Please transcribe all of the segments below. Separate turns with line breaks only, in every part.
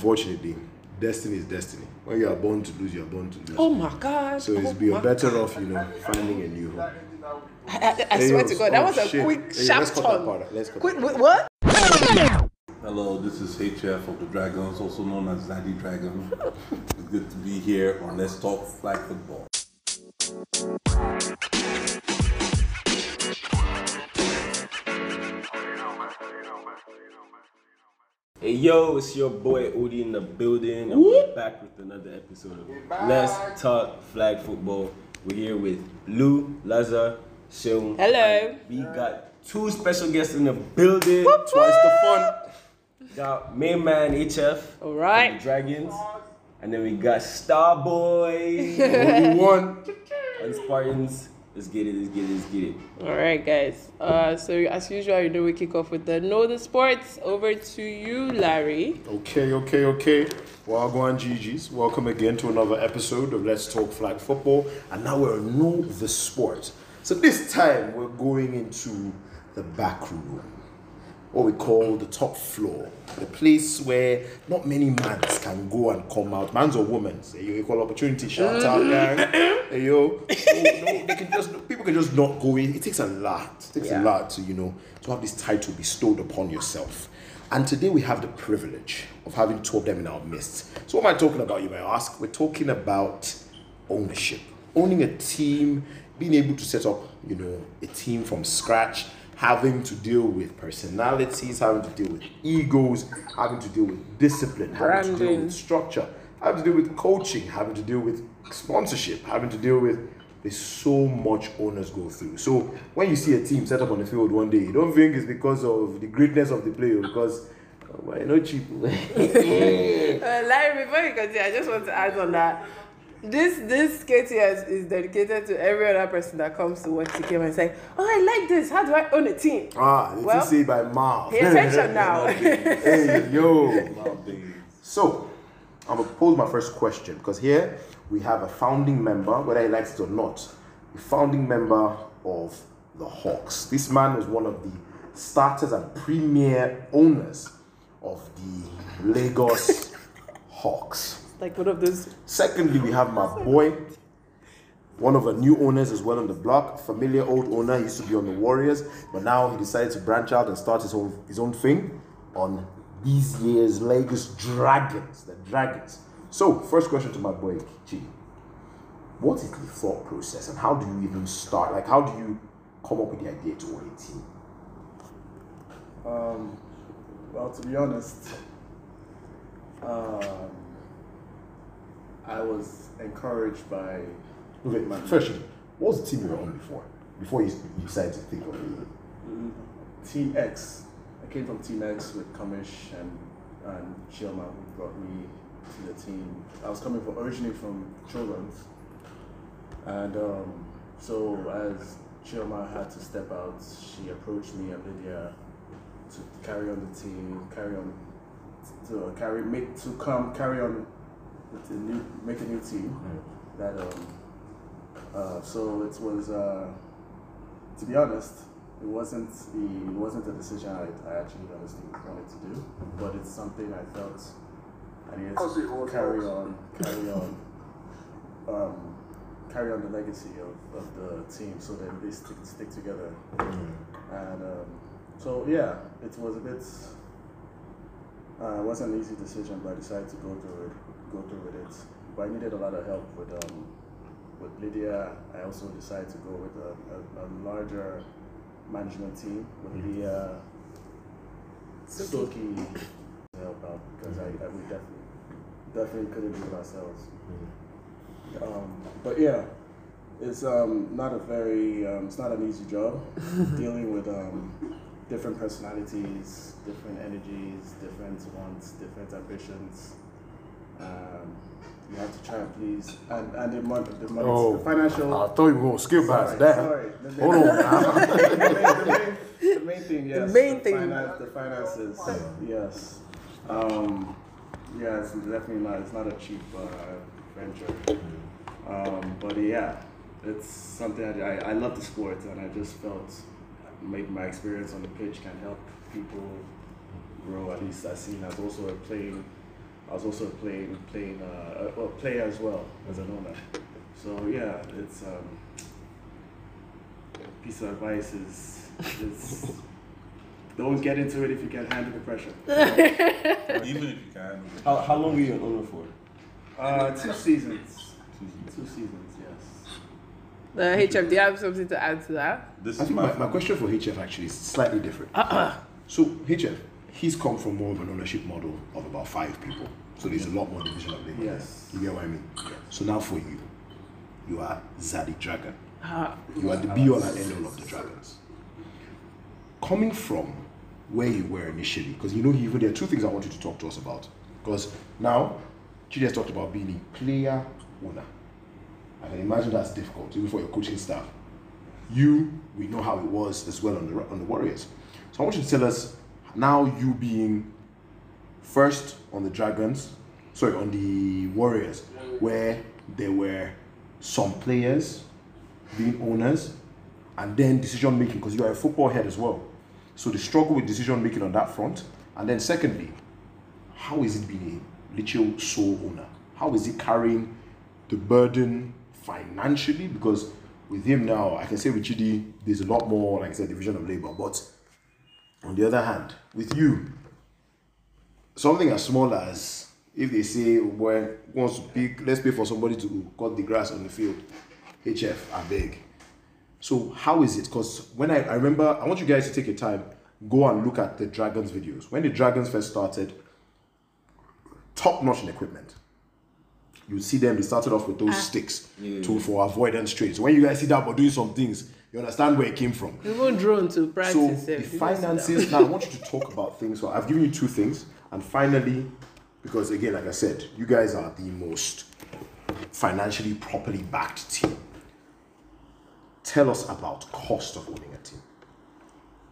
unfortunately, destiny is destiny. When you are born to lose, you are born to lose.
Oh my God.
So
oh
it's be
my-
better off, you know, finding a new home.
I, I- I swear to God, that was a quick,
oh,
sharp
Let's cut that
turn.
part out. Let's cut
Quick,
that
wait, what?
Hello, this is HF of the Dragons, also known as Daddy Dragon. it's good to be here on Let's Talk Flag Football.
Hey yo, it's your boy Odie in the building, and we're back with another episode of Let's Talk Flag Football. We're here with Lou, Lazar, Seung.
Hello.
and We got two special guests in the building. Twice the fun. Got main man HF,
All right.
from the Dragons, and then we got Starboy
Only one.
and Spartans. Let's get it, let's get it, let's get it.
All right, guys. Uh, so as usual, you know we kick off with the know the sports. Over to you, Larry.
Okay, okay, okay. Wagwan GGs, welcome again to another episode of Let's Talk Flag Football. And now we're know the sport. So this time we're going into the back room, what we call the top floor, the place where not many mans can go and come out, mans or women. Say you equal opportunity, shout out, gang. Hey, yo, Oh, no, they can just people can just not go in. It takes a lot. It takes a
Yeah.
lot to you know to have this title bestowed upon yourself and today we have the privilege of having two of them in our midst so what am i talking about you may ask we're talking about ownership owning a team being able to set up you know a team from scratch having to deal with personalities having to deal with egos having to deal with discipline having to deal
Branding.
with structure, having to do with coaching, having to deal with sponsorship, having to deal with there's so much owners go through. So when you see a team set up on the field one day, you don't think it's because of the greatness of the player, because uh, well, you know, cheap.
Uh, Larry, before you continue, I just want to add on that. This this KTS is dedicated to every other person that comes to watch the game and say, "Oh, I like this. How do I own a team?"
ah, they
Well,
well, say by mouth.
Pay attention now.
hey, yo.
Love days.
So, I'm gonna pose my first question because here we have a founding member, whether he likes it or not, a founding member of the Hawks. This man was one of the starters and premier owners of the Lagos Hawks.
like one of those.
Secondly, we have my boy, one of our new owners as well on the block, familiar old owner. He used to be on the Warriors, but now he decided to branch out and start his own his own thing on these year's Lagos Dragons, the Dragons. So, first question to my boy Chi: What is the thought process, and how do you even start? Like, how do you come up with the idea to own a team?
Um, well, to be honest, um, I was encouraged by
Okay, firstly, what was the team you were on before? Before you, you decided to think of it.
Team X. I came from Team X with Kamish and and Chilma who brought me to the team. I was coming from originally from Children's, and um, so as Chilma had to step out, she approached me and Lydia to carry on the team, carry on to carry make to come carry on with the new make a new team that um uh, so it was uh, to be honest it wasn't the it wasn't a decision I, I actually honestly wanted to do but it's something I felt I needed to carry on carry on um, carry on the legacy of, of the team so that they stick stick together and um, so yeah it was a bit uh, it wasn't an easy decision, but I decided to go through it. Go through with it. But I needed a lot of help with um, with Lydia. I also decided to go with a, a, a larger management team with Lydia, Stoki to help out because I, I we definitely definitely couldn't do it ourselves.
Mm-hmm.
Um, but yeah, it's um, not a very um, it's not an easy job dealing with um, different personalities, different energies, different wants, different ambitions. Um, you have to try and please, and and the money, the money,
Oh,
the financial.
thought you Oh, were going to skip
Sorry, sorry. The main-
Hold on.
the main- the main thing, yes.
main thing.
Finance, the finances, yes. Um, yeah, it's definitely not. It's not a cheap uh, venture. Um, but yeah, it's something that I, I love the sport, and I just felt maybe my experience on the pitch can help people grow. At least I seen as also a playing I was also playing playing uh, well, player as well as an owner. So yeah, it's um, piece of advice is, is don't get into it if you can handle the pressure.
Even if you can.
How, how long were you an owner for?
Uh, two seasons. Two seasons, yes.
The HF, do you have something to add to that?
This
I
is
think
my,
my, my question for HF actually is slightly different. So HF, he's come from more of an ownership model of about five people. So there's a lot more division of labor.
Yes.
You get what I mean? So now for you, you are Zaddy Dragon. You are the be all and end all of the dragons. Coming from where you were initially, because you know you there are two things I want you to talk to us about. Because now, Chidi has talked about being a player owner. I can imagine that's difficult, even for your coaching staff you we know how it was as well on the on the Warriors. So I want you to tell us now you being first on the Dragons, sorry, on the Warriors, where there were some players being owners and then decision making because you are a football head as well. So the struggle with decision making on that front, and then secondly, how is it being a literal sole owner? How is he carrying the burden financially? Because with him now, I can say with Chidi, there's a lot more, like I said, division of labor. But on the other hand, with you, something as small as if they say, oh boy, who wants to pick, let's pay for somebody to cut the grass on the field. HF, I beg. So how is it? Because when I, I remember, I want you guys to take your time, go and look at the Dragons videos. When the Dragons first started, top notch in equipment. You see them, they started off with those
Ah.
sticks to for avoidance trades. When you guys see that but doing some things, you understand where it came from.
Even drone to practice.
So
eh,
the
because of
finances. now I want you to talk about things. So I've given you two things, and finally, because again, like I said, you guys are the most financially properly backed team. Tell us about cost of owning a team.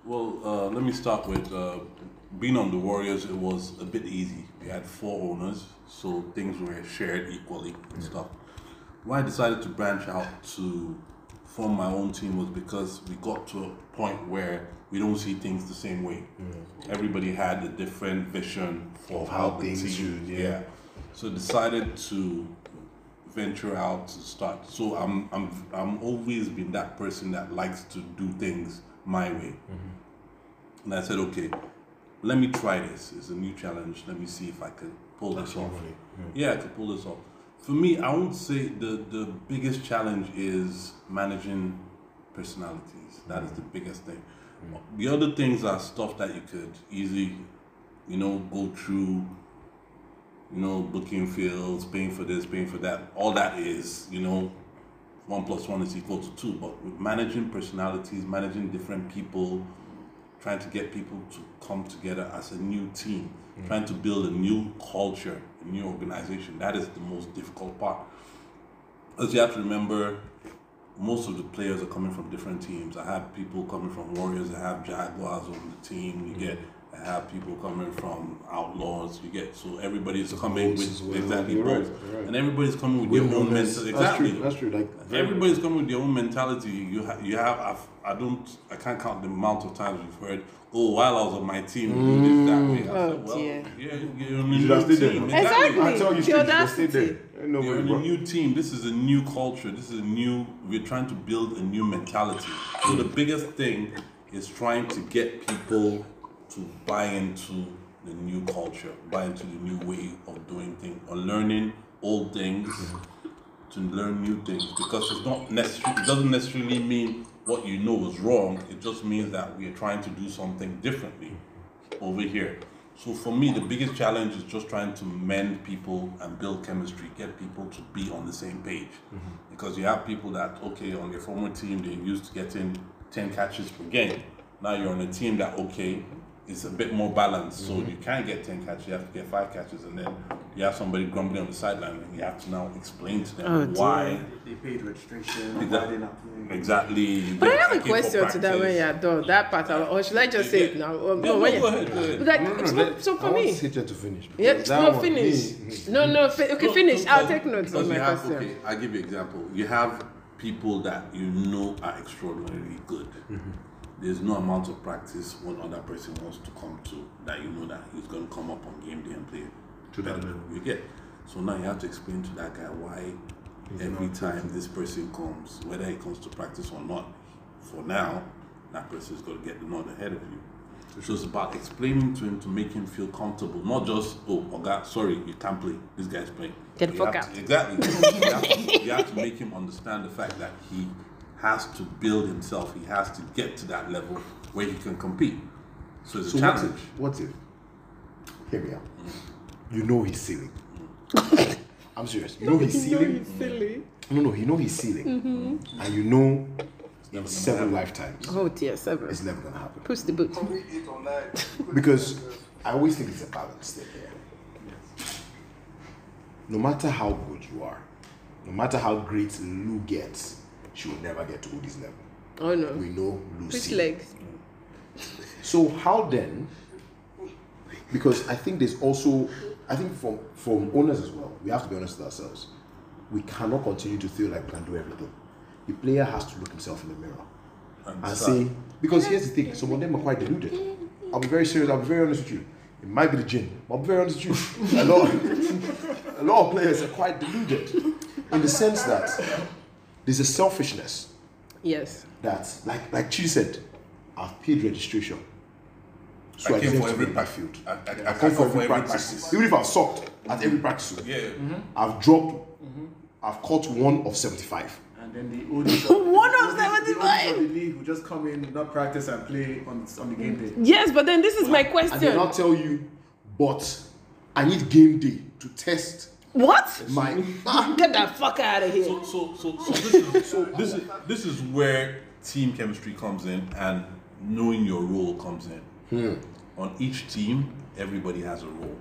well, uh, let me start with uh, being on the Warriors. It was a bit easy. We had four owners, so things were shared equally and stuff. Why I decided to branch out to form my own team was because we got to a point where we don't see things the same way. Everybody had a different vision for
Mm. Of
how,
how
the
things
team,
should,
yeah.
yeah.
So decided to venture out to start. So I'm I'm I'm always been that person that likes to do things my way. And I said, okay, let me try this. It's a new challenge. Let me see if I could pull this off. Yeah, I could pull this off. For me, I would say the the biggest challenge is managing personalities. That is the biggest thing. The other things are stuff that you could easily, you know, go through you know, booking fields, paying for this, paying for that. All that is, you know, one plus one is equal to two. But with managing personalities, managing different people, trying to get people to come together as a new team,
Mm.
trying to build a new culture, a new organization, that is the most difficult part. Because you have to remember, most of the players are coming from different teams. I have people coming from Warriors, I have Jaguars on the team,
Mm.
you get I have people coming from Outlaws, you get so everybody's coming
Bulls
with
as well.
exactly
You're right,
Bulls.
you're right.
and everybody's coming with their own
That's
mentality. Exactly.
true. That's true. Like
Everybody's coming with their own mentality. You ha- you have I've, I don't I can't count the amount of times we've heard. Oh, while I was on my team, we did that way. I
Oh,
said, well,
dear.
yeah, you're on a
should have
new
stayed
team.
there.
Exactly.
I tell you,
The
straight, you stay
audacity.
there. Ain't no
We're
way,
in
bro.
a new team. This is a new culture. This is a new. We're trying to build a new mentality. So the biggest thing is trying to get people to buy into the new culture, buy into the new way of doing things, or learning old things to learn new things. Because it's not necessarily. It doesn't necessarily mean what you know is wrong. It just means that we are trying to do something differently over here. So for me, the biggest challenge is just trying to mend people and build chemistry, get people to be on the same page. Because you have people that okay on your former team they used to getting ten catches per game. Now you're on a team that okay, it's a bit more balanced. So you can't get ten catches, you have to get five catches, and then you have somebody grumbling on the sideline, and you have to now explain to them
Oh,
why
They paid registration, why
Exactly.
they're not playing.
exactly. you
But I
get
have a
taken for
question to that when
practice.
you're done. That part, I- or should I just say it now? Um,
Yeah,
no, when
no,
you-
go ahead, go ahead.
But like,
No, no,
so,
let-
so
I
for
want
me,
Cynthia to finish.
yeah,
because that
no,
one-
finish.
me-
No, no, fi- okay, finish. I'll take notes
Because
on my
you have-
question.
Okay, I'll give you example. You have people that you know are extraordinarily good. There's no amount of practice one other person wants to come to that you know that he's going to come up on game day and play to that level. You get. So now you have to explain to that guy why every time this person comes, whether he comes to practice or not, for now, that person's going to get the nod ahead of you. So it's about explaining to him to make him feel comfortable, not just, oh, oh God, sorry, you can't play. This guy's playing.
Get the
You
fuck
have
out.
to- exactly. you, have to, you have to make him understand the fact that he has to build himself. He has to get to that level where he can compete. So it's
So
a
what if,
challenge.
what if, hear me out. You know he's ceiling. I'm serious. You know he's ceiling.
silly.
No, no, you know he's ceiling.
Mm-hmm.
And you know in
gonna
seven
happen.
lifetimes,
Oh dear, seven.
it's never going to happen.
Push the boot.
Because I always think it's a balance thing here. No matter how good you are, no matter how great Lou gets, she will never get to Udi's level.
Oh no.
We know Lucy.
Push legs.
So how then? Because I think there's also, I think from from owners as well, we have to be honest with ourselves. We cannot continue to feel like we can do everything. The player has to look himself in the mirror and say, because here's the thing, some of them are quite deluded. I'll be very serious, I'll be very honest with you. It might be the gin, but I'll be very honest with you. A lot, a lot of players are quite deluded in the sense that there's a selfishness
Yes.
that, like like Chi said, I've paid registration. So
I came
deserve
for
to
every
be in my
practice.
field.
I, I, I,
I've
come
come for every practice. Even if I've sucked at every practice,
Yeah.
I've dropped, I've caught one of 75.
And then the oldies
One of
the oldies- the oldies
75.
of the league who just come in, not practice and play on on the game day.
Yes, but then this is my
And they now
question.
tell you, but I need game day to test
What?
my.
Get that fuck out of here.
So, so, so, so this is so this is this is where team chemistry comes in and knowing your role comes in.
Hmm.
On each team, everybody has a role.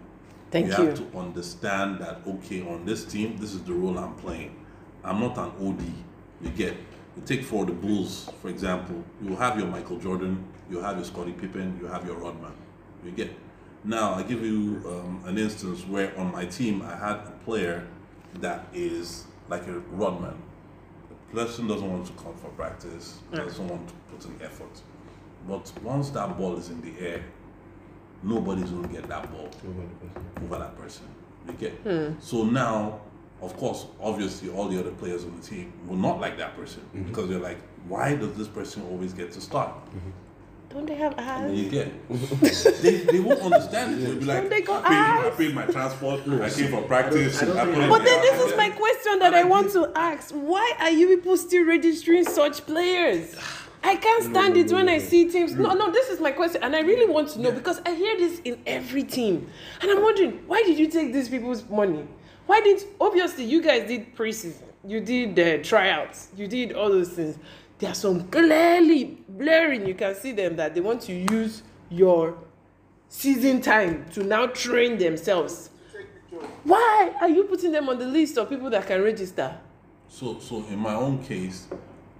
Thank
you,
you.
have to understand that okay, on this team, this is the role I'm playing. I'm not an OD. You get you take for the Bulls, for example, you will have your Michael Jordan, you have your Scottie Pippen, you have your Rodman. You get. Now I give you um, an instance where on my team I had a player that is like a Rodman. The person doesn't want to come for practice, doesn't want to put in effort. But once that ball is in the air, nobody's gonna get that ball over that person. You get
Hmm.
so now, of course, obviously, all the other players on the team will not like that person because they're like, why does this person always get to start?
Don't they have
And
eyes?
you get they, they won't understand it. They'll be like,
Don't they go,
I, paid, I paid my transport, I came for practice. I put in
But then
the
this is
effort."
my question that I want to ask. Why are you people still registering such players? I can't stand it when I see teams. No, no, this is my question, and I really want to know because I hear this in every team, and I'm wondering why did you take these people's money? Why didn't obviously you guys did preseason, you did uh, tryouts, you did all those things. There are some clearly blaring. You can see them that they want to use your season time to now train themselves. Why are you putting them on the list of people that can register?
So, so in my own case,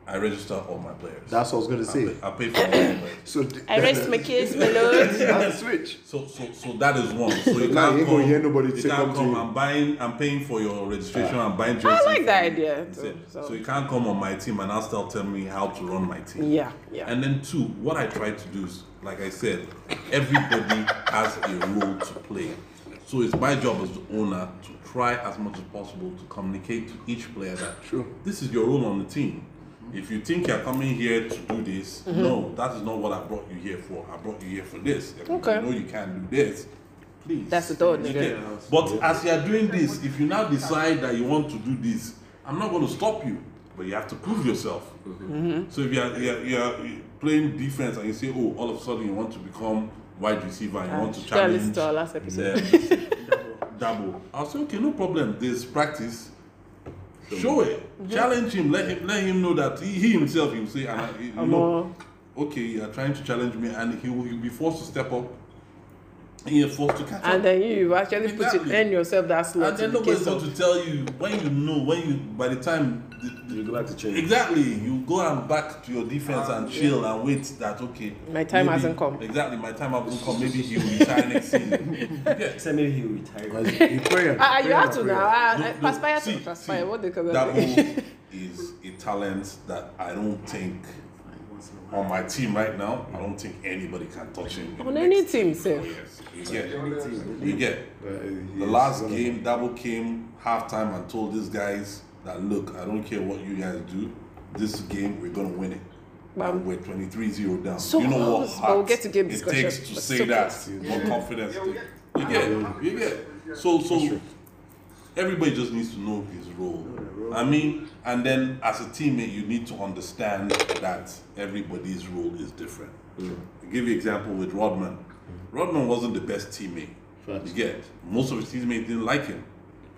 I register all my players.
That's what I was going to
I
say.
pay, I pay for all my players.
So th-
I rest my case, my lord.
that's the switch.
So, so, so that is one. So you
Now you
can't
ain't gonna
come.
hear nobody
you
say come
can't
to
come.
you. Ah.
I'm buying. I'm paying for your registration. I'm buying.
I
jersey
like
for
that
you.
idea.
That's
Too,
it.
so.
So you can't come on my team and now still tell me how to run my team.
Yeah, yeah.
And then two, what I try to do is, like I said, everybody has a role to play. So it's my job as the owner to try as much as possible to communicate to each player that this is your role on the team. If you think you're coming here to do this,
Mm-hmm.
no, that is not what I brought you here for. I brought you here for this. If
Okay.
you know you can't do this, please.
That's the thought,
You
nigga.
get- But as you're doing this, if you now decide that you want to do this, I'm not going to stop you, but you have to prove yourself. So if you're, you're, you're playing defense and you say, oh, all of a sudden you want to become wide receiver and you want to
should I listen
challenge
to our last episode?
them, double, I'll say, okay, no problem. There's practice. Show it. Challenge him. Let him let him know that he, he himself he will say, and I, you
I'm
know, okay, you are trying to challenge me, and he will he'll be forced to step up. He is forced to catch up.
And then you actually put
Exactly.
it, earn yourself that
And
slot in
then
the
nobody's
case
going
of.
to tell you when you know, when you, by the time. The,
You go back to
the,
training.
exactly. You go and back to your defense and chill and wait that, okay.
My time hasn't come.
Exactly, my time hasn't come. Maybe he'll retire next season. Yeah.
Except maybe he'll retire.
You pray.
Ah, ah, you have to now. Ah,
No,
ah,
no,
Perspire
see,
to perspire.
see,
What they call
That
it?
move is a talent that I don't think on my team right now, I don't think anybody can touch him.
On any team, sir.
Yes, you get, you get.
Uh,
The last game, Dabo came halftime and told these guys that look, I don't care what you guys do, this game we're gonna win it.
Bam.
And we're 23-0 down.
So
you know what
close, but we'll
heart
get to game
it
discussion,
takes to
but
say
so
that,
close.
what confidence it takes. You get, you get. So, so everybody just needs to know his role. I mean, and then as a teammate, you need to understand that everybody's role is different. I'll give you example with Rodman. Rodman wasn't the best teammate.
Facts.
You get most of his teammates didn't like him,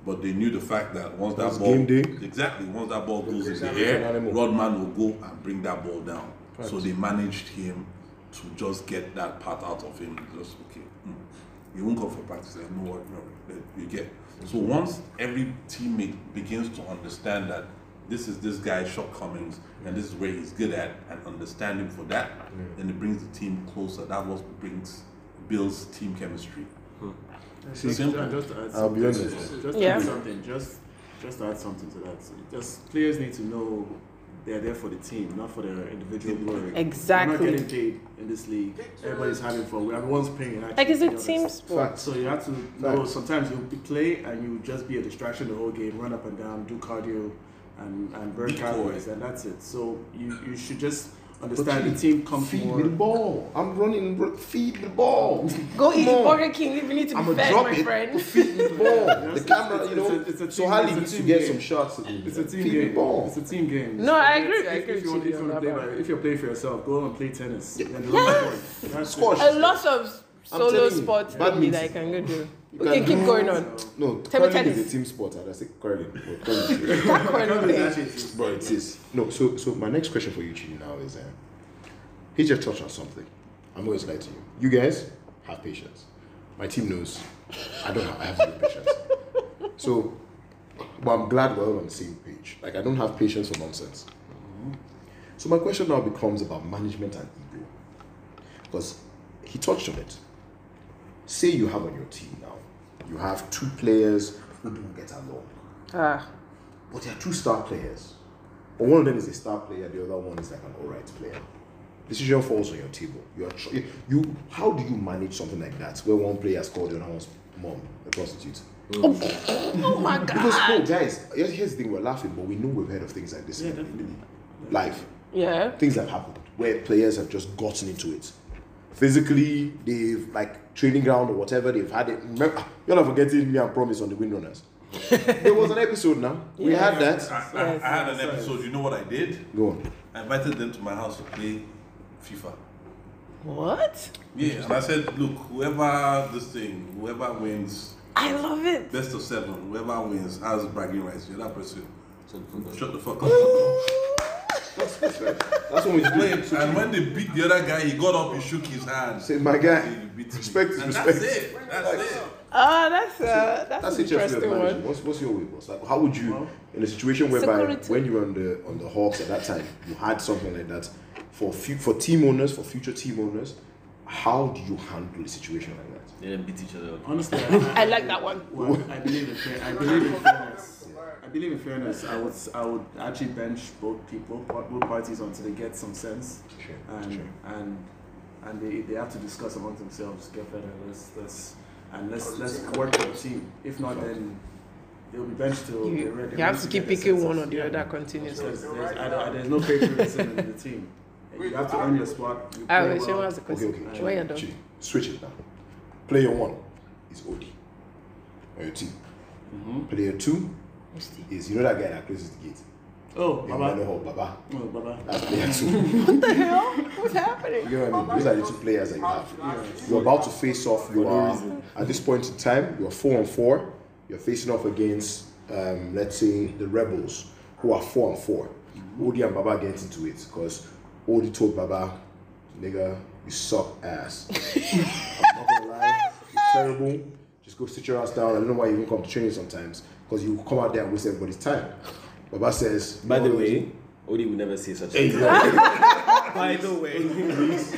but they knew the fact that once that
It's
ball
game day.
exactly once that ball goes in the
not
air,
anymore.
Rodman will go and bring that ball down. So they managed him to just get that part out of him. Just okay. mm. He won't come for practice. Like, no, what, no, that you get. So once every teammate begins to understand that this is this guy's shortcomings and this is where he's good at, and understand him for that, then it brings the team closer. That was brings builds team chemistry.
Just, just
simple.
to add
I'll be
something,
honest.
just, just to
Yeah.
add something, just just to add something to that. So just players need to know they're there for the team, not for their individual glory.
Exactly.
We're not getting paid in this league. Everybody's having fun. We're everyone's paying. Actually,
Like, it's
to
a
be honest.
team sport.
So you have to know sometimes you play and you just be a distraction the whole game, run up and down, do cardio, and and burn calories, and that's it. So you you should just understand the team comes
Feed
more.
me the ball. I'm running. bro. Feed the ball.
Go eat
Come on.
Burger King if you need to be
I'ma
fed,
drop
my
it.
friend.
Feed the ball.
Yes,
Bon, The camera,
it's-
you know.
it's a- it's a
so
team-
Harley
it's a
needs to
team
get
game.
some shots. at him.
It's a team
Feed
game.
the Bon, ball.
It's a team game.
No, I
If-
agree-
If,
I agree
if you
with
want,
you
if you
on
want to play,
that
by,
part.
if you're playing for yourself, go and play tennis. Then you're
Yeah.
not going. That's
Squash.
it.
A lot of solo
telling you,
sports that me
badminton.
that I can go do.
You
Okay,
can
keep
do-
going on.
No,
Table
curling is
tennis.
a team sport. I say curling. but curling is-
That curling
It's
thing.
actually- it's-
Bro, it is. No, so so my next question for you, Chidi, now is uh, he just touched on something. I'm always lying to you. You guys have patience. My team knows. I don't have. I have zero patience. So, but I'm glad we're all on the same page. Like I don't have patience for nonsense. So my question now becomes about management and ego, because he touched on it. Say you have on your team now, you have two players who don't get along
Ah,
but they are two star players. But one of them is a star player, the other one is like an alright player. Decision falls on your table. You are tr- you. How do you manage something like that, where one player has called the other one's mom a prostitute?
oh my
Because
god.
no, guys, here's, here's the thing: we're laughing, but we know we've heard of things like this in in life.
Yeah.
Things have happened where players have just gotten into it. Physically, they've like training ground or whatever they've had it. Remember, you're not forgetting me and promise on the windrunners. there was an episode now. We had that.
I, I, I had an episode. You know what I did?
Go on.
I invited them to my house to play FIFA.
What?
Yeah, and I said, look, whoever this thing, whoever wins,
I love it.
best of seven, whoever wins has bragging rights. You're that person. Shut the fuck up.
That's when we
Play. And when they beat the other guy, he got up, he shook his hand.
Say, my guy,
He beat me.
respect is
and
respect.
That's it. That's it.
Oh, that's uh, that's,
That's
an
interesting.
interesting
Managing.
one.
What's, what's your way, boss? Like, how would you, in a situation whereby
Security.
when you were on the on the Hawks at that time, you had something like that for fu- for team owners, for future team owners, how do you handle a situation like that?
They didn't beat each other up.
Honestly,
I like that one.
Well, I believe in fair, I believe in fairness. I believe in fairness. I would I would actually bench both people, both parties, until they get some sense,
Sure.
and
Sure.
and and they, they have to discuss amongst themselves, get better. Let's let's and let's let's work as a team. If not, then they'll be benched till they're
You,
ready.
you have to keep picking one or
or
the other continuously.
There's, there's, I, don't- there's no favoritism in the team. You have to earn your spot. You
I
play
wish
well.
was a
Okay,
question.
okay.
Why
chill,
you done?
chill. Switch it now. Player one is Odi on your team. Player two is you know that guy that closes the gate.
Oh, Baba.
Emmanuel Baba.
Oh, Baba.
That's player two.
What the hell? What's happening?
You know what I mean? Those are the two players that you have. You're about to face off. You are at this point in time. You're four and four. You're facing off against, um, let's say, the rebels who are four and four. Odi and Baba get into it because Odi told Baba, "Nigga, you suck ass. I'm not gonna lie, you're terrible. Just go sit your ass down. I don't know why you even come to training sometimes because you come out there and waste everybody's time." Baba says,
By the
"No,
way, Odi would never say such a thing.
Exactly.
By the way.
this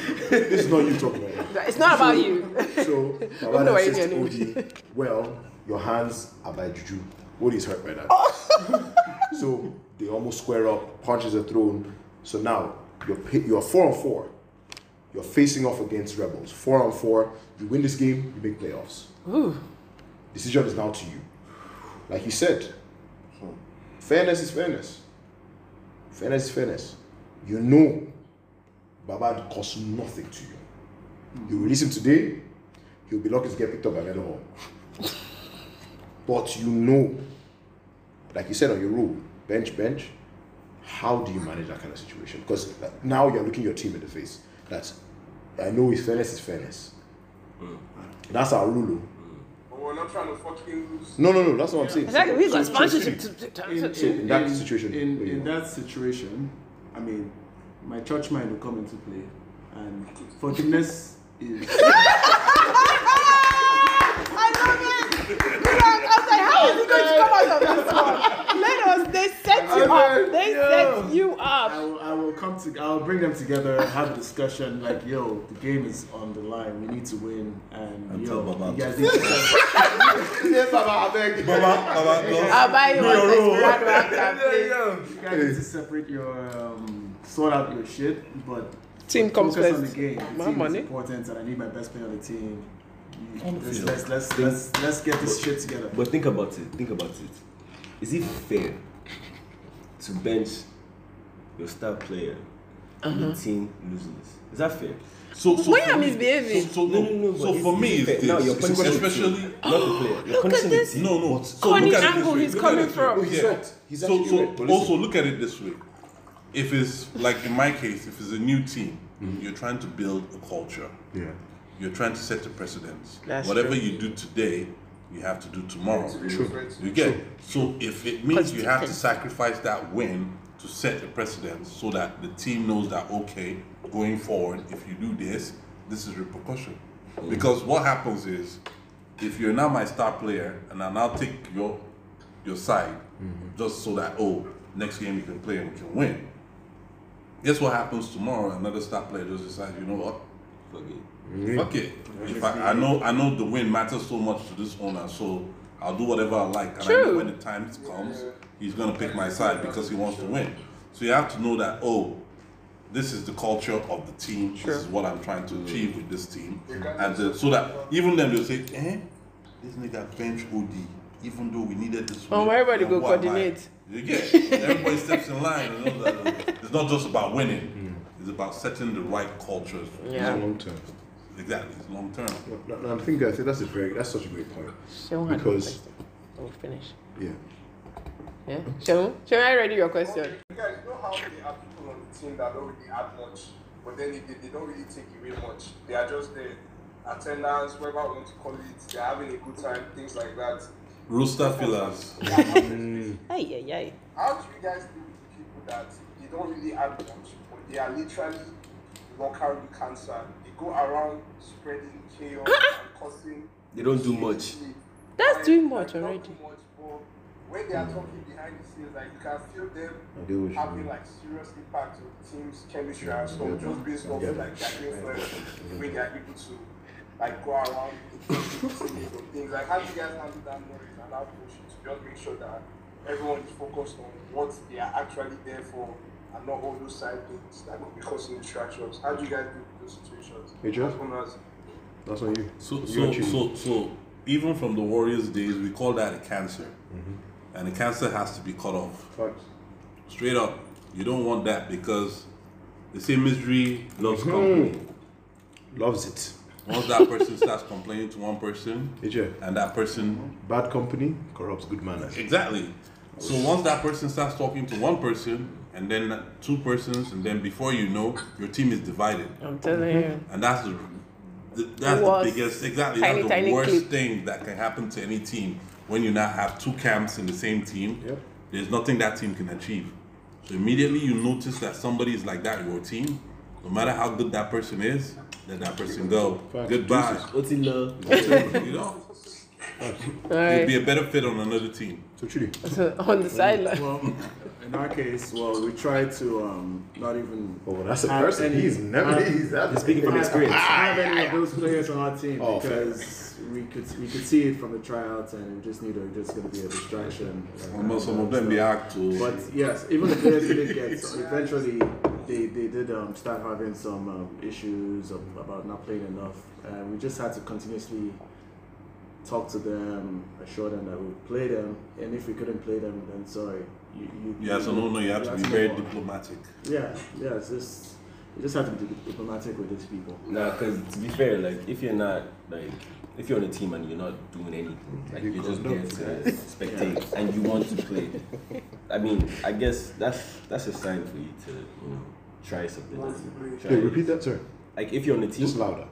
is not you talking about."
It's not about you.
So my
know
brother
why
says
you're
to OD, well, your hands are by Juju. Odi is hurt
Oh.
by that. so they almost square up, punches are thrown. So now You're pi- you're four on four. You're facing off against Rebels. Four on four. You win this game, you make playoffs. Decision is now to you. Like you said, fairness is fairness. Fairness is fairness. You know, Baba costs nothing to you. You release him today, you'll be lucky to get picked up by Melo Hall. But you know, like you said on your rule, bench, bench, how do you manage that kind of situation? Because now you're looking your team in the face. That I know is fairness is fairness. That's our rule.
Mm. But we're not trying to fucking lose.
No, no, no. That's what I'm saying.
Exactly. We got
So-
sponsorship to, to, to,
in,
to,
So in that situation,
in,
where you
in
are.
that situation, I mean, my church mind will come into play, and forgiveness is
I love it. You know, I was like, how is he going to come out of this one? Let us. They set you up. They set you
I
up.
will, I will come to. I'll bring them together, have a discussion. Like, yo, the game is on the line. We need to win, and
And
yo,
tell Baba
you
to-
guys need to.
Yes, Baba, I beg.
Baba, Baba, no.
I'll buy you one
You're wrong.
Desperado after, please.
You guys need to separate your, um, sort out your shit. But
Team comes
focus on
first.
the game. The
My
team
money.
is important, and I need my best player on the team.
On the
Let's
field.
let's let's, let's let's get this shit together.
But think about it. Think about it. Is it fair to bench your star player and
Uh-huh.
the team loses? Is that fair?
So, so
When
for
I'm
me-
misbehaving.
So, so,
No, no, no. but
so
is
for
it
me,
fair?
it's
now
this.
you're punishing the team,
especially
not the player. You're
Look at
punishing the
this.
team.
no, no. So
Corny
look at it
angle
this way.
he's
Look at
coming
it this way.
from.
He's
Yeah.
right. He's
so,
actually
so
right, but
also look at it this way. If it's like in my case, if it's a new team,
Mm-hmm.
you're trying to build a culture.
Yeah.
You're trying to set the precedence.
That's
Whatever you do today, you have to do tomorrow.
True.
You get so if it means you have to sacrifice that win to set a precedent so that the team knows that okay, going forward, if you do this, this is repercussion.
Mm.
Because what happens is if you're now my star player and I now take your your side
Mm-hmm.
just so that oh next game you can play and we can win. Guess what happens tomorrow? Another star player just decides, you know what?
Fuck it.
Fuck it. If I, I know I know the win matters so much to this owner, so I'll do whatever I like. And I know
True.
when the time comes, he's gonna pick my side because he wants to win. So you have to know that oh, this is the culture of the team. This is what I'm trying to achieve with this team, and the, so that even then they'll say, eh, this nigga bench OD. Even though we needed this,
Oh,
win,
everybody
and
go
what am I?"
coordinate.
You get it. everybody steps in line. and all that. It's not just about winning; it's about setting the right cultures.
Yeah.
long term.
Exactly, it's long term.
No, no, I think I think that's a very that's such a great point.
Sean had
Because-
one question. We'll finish.
Yeah.
Yeah. Sean, Sean, I ready your question.
You guys know how they have people on the team that don't really add much, but then they, they don't really take away much. They are just there. Attendance, whatever you want to call it, they're having a good time, things like that.
Rooster fillers.
Ay, ay, ay.
How do you guys deal with people that they don't really add much, but they are literally locker room cancer? They go around spreading chaos and causing.
They don't do much.
That's
doing much already.
When they are talking behind the scenes, like you can feel
I do
them
wish you
having
knew.
like serious impact on the team's chemistry and stuff, just based off
Yeah.
like their influence, the way they are able to like go around and things. Like how do you guys handle that noise and that bullshit to just make sure that everyone is focused on what they are actually there for and not all those side things that will be causing distractions. How do you guys deal with those situations?
Hey, Jeff?
As owners,
That's on you.
So,
You
so,
and Chidi.
so, so, even from the Warriors days, we call that a cancer.
Mm-hmm.
And the cancer has to be cut off.
Facts.
Straight up. You don't want that because they say misery loves company.
Mm-hmm. Loves it.
Once that person starts complaining to one person,
AJ.
and that person
Bad company corrupts good manners.
Eh. Exactly. So once that person starts talking to one person, and then two persons, and then before you know, your team is divided,
I'm telling you.
and that's the, the that's
Worst.
the biggest exactly
Tiny,
that's
tiny
the worst
clip.
thing that can happen to any team when you now have two camps in the same team.
Yep.
There's nothing that team can achieve. So immediately you notice that somebody is like that in your team. No matter how good that person is, let that person go.
Fact.
Goodbye.
What's in love?
you know,
All
you'll
right.
be a better fit on another team.
So Chidi.
So, on the sideline.
Well, in our case, well, we try to um, not even.
Oh, that's a
have
person.
any-
He's never.
have-
He's that.
Speaking from experience.
have any of those players on our team
Oh, fair.
because we could we could see it from the tryouts and we just knew they were just going to be a distraction.
Almost some of them they act to.
But yes, even the players we did get eventually they they did um, start having some um, issues of, about not playing enough, and we just had to continuously talk to them, assure them that we would play them, and if we couldn't play them, then sorry, you you.
Yeah, so no, no, you have to be
move
very
on.
diplomatic.
Yeah, yeah, it's just you just have to be diplomatic with these people.
Nah, because to be fair, like if you're not like if you're on a team and you're not doing anything, like you're just there to spectate and you want to play. I mean, I guess that's that's a sign for you to you know try something. else. Try
Hey, repeat that, sir.
Like if you're on a team,
Just louder.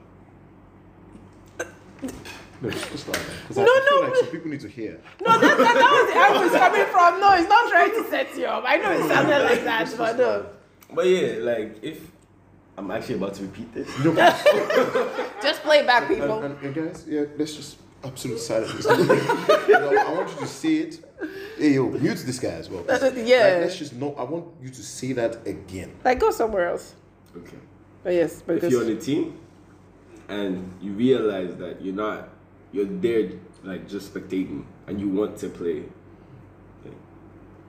No, just just louder. 'Cause I,
No,
I feel
no,
like some people need to hear.
No, that, that, that was the angle it's coming from. No, it's not trying to set you up. I know it sounded like that, but no.
but yeah, like if I'm actually about to repeat this.
Just play it back,
And,
people.
and, and guys, yeah, let's just absolute silence. You know, I want you to see it. Hey, yo, mute this guy as well.
That's
Like,
what- yeah.
let's just know. I want you to say that again.
Like, go somewhere else.
Okay.
But yes,
if you're on
because.
a team and you realize that you're not you're there like just spectating and you want to play like,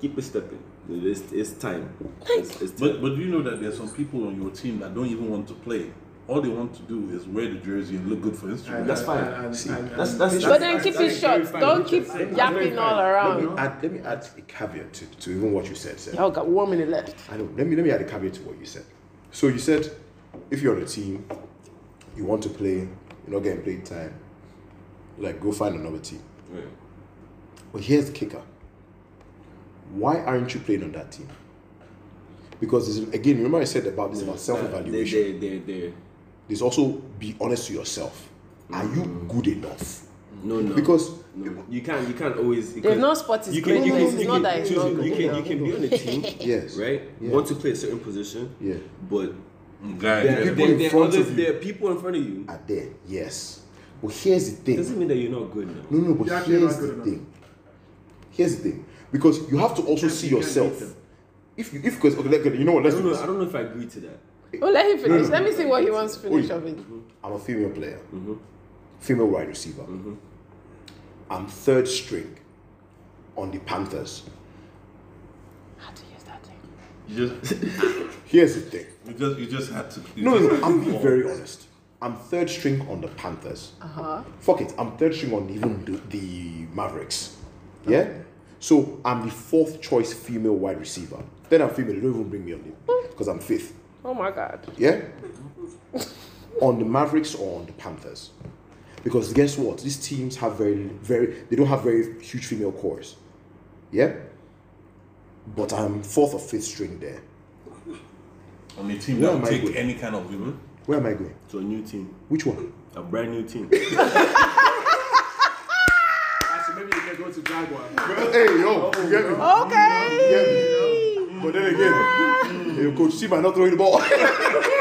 keep it stepping it's, it's time it's, it's
But
time.
but do you know that there's some people on your team that don't even want to play. All they want to do is wear the jersey and look good for Instagram.
that's fine.
See,
that's that's, that's
But then keep
that's-
it short. Don't keep yapping all
Let me
around.
add. Let me add a caveat to, to even what you said. Sir.
Oh, got one minute left.
I know. Let me let me add a caveat to what you said. So you said, if you're on a team, you want to play, you're not getting playing time. Like go find another team.
Yeah.
But here's the kicker. Why aren't you playing on that team? Because this is- again, remember I said about this about self
they
evaluation.
they they they
There's also be honest to yourself. Are
Mm.
you good enough?
no no
Because
no. you can't you can't always you
They've
can-
not spotted
you
his
can you
greatness.
can
It's
you
not
can,
that he's
choose
not
it. you
good.
can you can be on a team
yes,
right
Yeah.
want to play a certain position
Yeah.
but
Mm, Guy,
there,
people
there,
in
there, are
front
others,
of you.
there are people in front of you
Are there? Yes. But here's the thing.
doesn't mean that you're not good now
No, no,
You're
but
actually not
here's
good
the
enough.
thing. Here's the thing. Because you have to also see
you can't beat
yourself.
them.
If you, if, because, okay, let- you know what,
I
let's
don't
do
know.
this.
I don't know if I agree to that.
Oh, let him finish.
no,
Let me see what he wants to finish
Oi.
of it.
I'm a female player,
Mm-hmm.
female wide receiver. I'm third string on the Panthers.
How to use that thing?
you just
Here's the thing.
you just you just had to. you
No, no,
just
no,
had
I'm
to
being
fall.
very honest. I'm third string on the Panthers.
Uh-huh.
Fuck it, I'm third string on even the, the Mavericks. Yeah? So I'm the fourth choice female wide receiver. Then I'm female, they don't even bring me on it because I'm fifth.
Oh my God.
Yeah? on the Mavericks or on the Panthers. Because guess what? These teams have very, very, they don't have very huge female cores. Yeah? But I'm fourth or fifth string there.
on a team
Where
that
am
will
I
take
going?
any kind of women.
Where am I going?
To a new team,
Which one?
a brand new team.
Actually, maybe you can go to Jaguar.
Hey, yo, you get me?
Okay.
But then again, hey, coach, see, by not throwing the ball.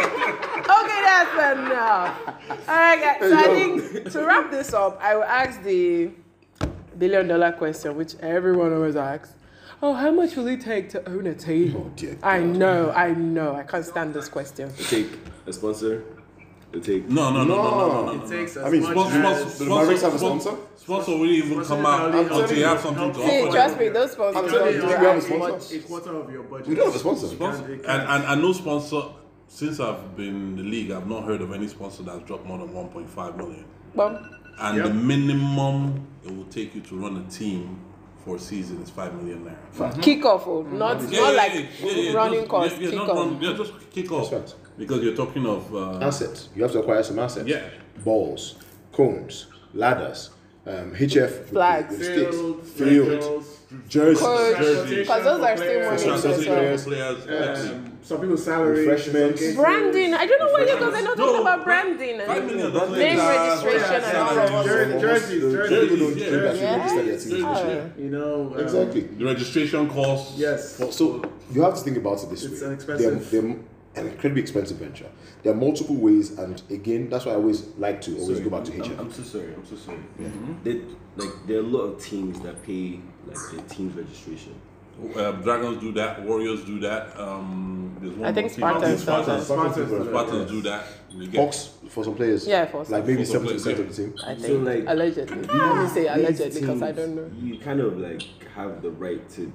Okay, that's enough. All right, guys. So I think to wrap this up, I will ask the billion dollar question, which everyone always asks. Oh, how much will it take to own a table?
Oh, dear
I know, I know. I can't stand this question.
take a sponsor. They take.
No, no, no, no, no, no. no,
It takes as
I mean,
much
sports-
as
do the Mavericks have a sponsor?
Sponsor will even
Sponsor
come out
only-
until you have something to
See,
offer.
trust me, those folks
I'm
don't
telling you,
do
we have a
as much.
sponsor.
a quarter of your budget.
We don't have a sponsor.
Sponsor- and, and I know sponsor since I've been in the league, I've not heard of any sponsor that's dropped more than 1.5 million.
Well,
And the
Yep.
minimum it will take you to run a team for a season is 5 million naira.
kick off, oh, not not like running
just,
cost.
Yeah, yeah,
kick
not
off.
run- yeah, just kick off.
That's right.
Because you're talking of uh,
Assets. You have to acquire some assets.
Yeah.
Balls, cones, ladders, um, HF with the-
Flags.
with the sticks,
Fields,
fields,
rentals,
jerseys,
Coach,
Jersey.
because those are still
Transportation
money
for
issues as well.
transportation players. taxi.
um, Some people's salary.
Refreshments.
some cases.
Branding. I don't know why you guys are not talking
No,
about branding. and-
Five million dollars.
Name
Yeah,
registration
yeah,
and all of us.
Jer- Jerseys,
The-
jerseys,
people don't
yeah.
think that you
Yeah.
register their teams.
Oh.
You know. um,
Exactly.
The registration costs.
Yes.
So you have to think about it this way.
It's an expensive-
They're, they're an incredibly expensive venture. There are multiple ways, and again, that's why I always like to always go back to
I'm,
HF.
I'm so sorry. I'm so sorry. Mm-hmm. They, like there are a lot of teams that pay like their team's registration.
Uh, Dragons do that. Warriors do that. Um, there's one
I think
more team out there.
Spartans does
Spartans,
that.
Sponsors.
Spartans do that. You get-
Box for some players.
Yeah, for some.
like maybe
For some
seventy percent of
players,
the team.
I
So,
think
like,
allegedly. Let me say
These
allegedly because I
teams,
don't know.
You kind of like have the right to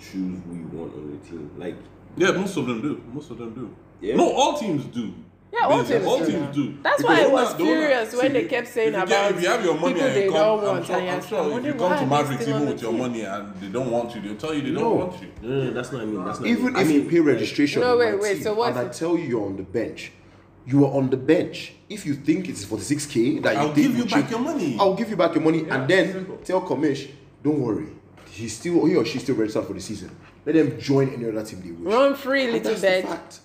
choose who you want on your team. Like
Yeah, most of them do. Most of them do.
Yeah.
No, all teams do.
Yeah, all
Business,
teams
all
do now.
teams do.
That's
Because
why I
don't
was
have- don't have-
furious when
see,
they kept saying
if you get-
about
if you have your money
people
and you
they
come,
don't
I'm
want,
sure,
and
I'm
you're
sure
like,
if you
wonder
come
why
to
are they
Mavericks
still on
even
the
with your
team?
money and they don't want you, they'll tell you they don't
No.
want you.
No, no, no, that's not what I mean. That's not
Even
what I
if
mean.
you pay registration,
No,
on
wait,
my
wait,
team
so what's-
And I tell you, you're on the bench. You are on the bench. If you think it's 46k that you
I'll
think
give you Oh,
will
back
change-
your money.
I'll give you back your money, and then
simple.
tell Kamesh, don't worry. He's still he or she still registered for the season. Let them join any other team they wish.
Run free,
And
little
that's
bird.
the fact.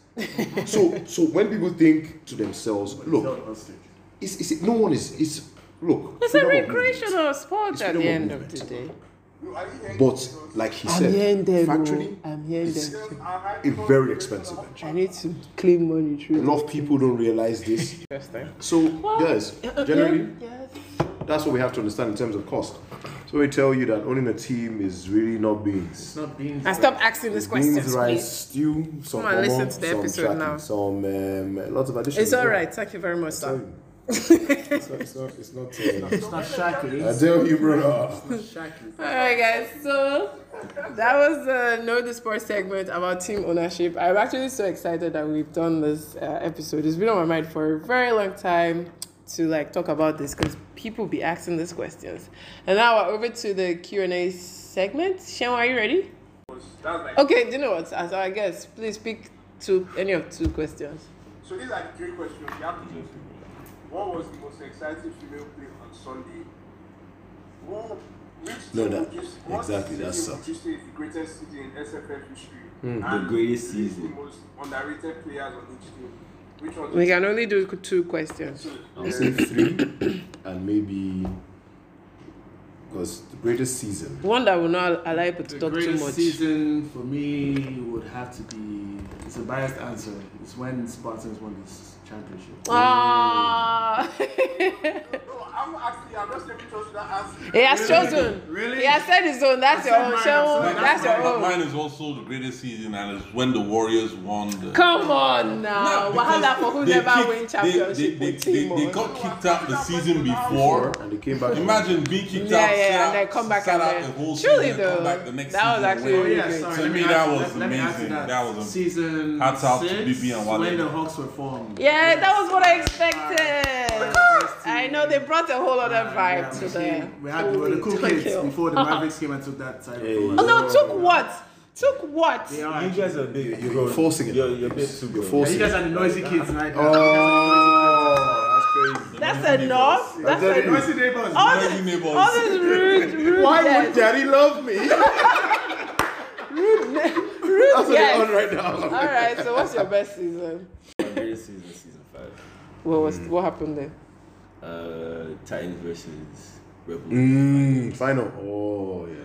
so so when people think to themselves,
Tell
look,
the hostage.
it's, it's no one is it's look.
It's a
freedom of movement.
recreational sport
It's
at the
freedom
end
of
of the day.
You- are you hearing
But
those-
like he
I'm
said,
hearing them.
factually,
oh. I'm hearing
it's
them.
I had
a
thought
very
this
expensive
was-
bench.
I need to claim money
A
through.
lot of people don't realize this.
Interesting.
So, guys, generally,
Yes.
that's what we have to understand in terms of cost. So, we tell you that owning a team is really not
It's
beans.
not beans.
And stop asking these questions,
beans, rice,
please.
stew, some
Come and
omo,
listen to the
some
episode
shaki,
now.
some um, lots of additional.
It's all right. Thank you very much,
I tell
sir.
you. It's not. It's not. It's not. uh,
It's not Shaq.
I tell you, bro.
It's not Shaq.
All right, guys. So that was the Know the Sport segment about team ownership. I'm actually so excited that we've done this uh, episode. It's been on my mind for a very long time to like talk about this because people be asking these questions. And now we're over to the Q and A segment. Shen, are you ready?
That was like
Okay. Do you know what? So I guess please pick two, any of two questions.
So these are the three questions you have to choose. What was the most exciting female play on Sunday? What, which
No,
team
that-
would you, what
exactly,
season
that
would
sucks.
you say is the greatest season in SFF history?
The greatest
who is
season.
The most underrated players on each team. Which one?
We can only do two questions.
I'll say three, and maybe because the greatest season.
One that will not allow people to
The
talk too
greatest
much.
season for me would have to be. It's a biased answer. It's when Spartans won this championship.
Ah.
No, I'm not asking. I'm just saying which one should I ask?
He has chosen.
Really?
He has said his own. That's your
said
own.
mine,
Show
I said
that's,
mine.
your own.
Mine is also the greatest season, and it's when the Warriors won the.
Come on now.
No,
Wahala
because
for who
they
never
kicked-
win championship
They, they,
with
they,
team. oh.
they, they
on.
got kicked out the season before.
And they came back.
Imagine being kicked
yeah,
out,
yeah,
sat,
and then come back
sat
and
out
then.
the whole
Surely
season,
though,
come back the next
that was actually
season. win.
Oh yeah,
Great.
sorry.
To
let
me, that
ask-
was
let- let me ask you
amazing. That was a-
season.
Hats off to
six,
BB and Wale.
When the Hawks were formed.
Yeah, that was what I
Alright,
expected.
alright,
I know they brought a whole other vibe
alright, yeah,
to
we
the.
came- We had we were the cool
to
kids
kill.
before the Mavericks came and took that title.
Hey.
from us.
Although took what? Took what?
They are
You
actually-
guys are big.
You're forcing it.
You're, you're a bit too
You're
good.
Yeah,
forcing
you
it.
guys are noisy kids right now.
Oh, that's crazy.
That's enough. That's
That's
You
it.
enough.
guys are Noisy neighbors.
All
Noisy
this,
neighbors.
all this rude, rude,
Why would
guys.
Daddy love me? That's
rude
what they're on
guys.
right now.
All right. So what's your best season?
My greatest season, is season five.
What was
Hmm.
what happened there?
Uh, Titans versus Rebels.
Mm, final. Oh yeah,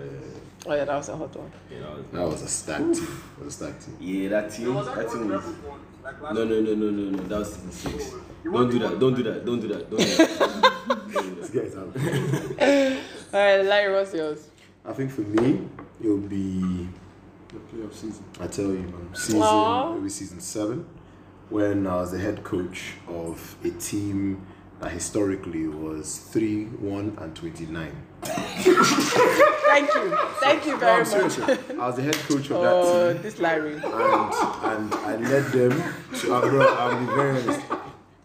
Oh yeah, that was a hot one.
You know,
that was a stack team. That was a stack team.
yeah, that
There
team.
was that
That
one
team was.
rebel one. Like last
No, no, no, no, no, no. That was season six.
You
Don't
want-
do that. Don't do that. Don't do that. Don't do that. Don't do that.
These guys are-
All right, Larry, what's yours?
I think for me, it'll be.
The playoff season.
I tell you, man. Season.
Aw.
It'll be season seven, when I was the head coach of a team that historically was three, one, and twenty-nine.
Thank you, thank you
No,
very
I'm serious.
much.
I was the head coach of that team.
Oh, this Larry.
and and I led them to uh, bro, I'll be very honest.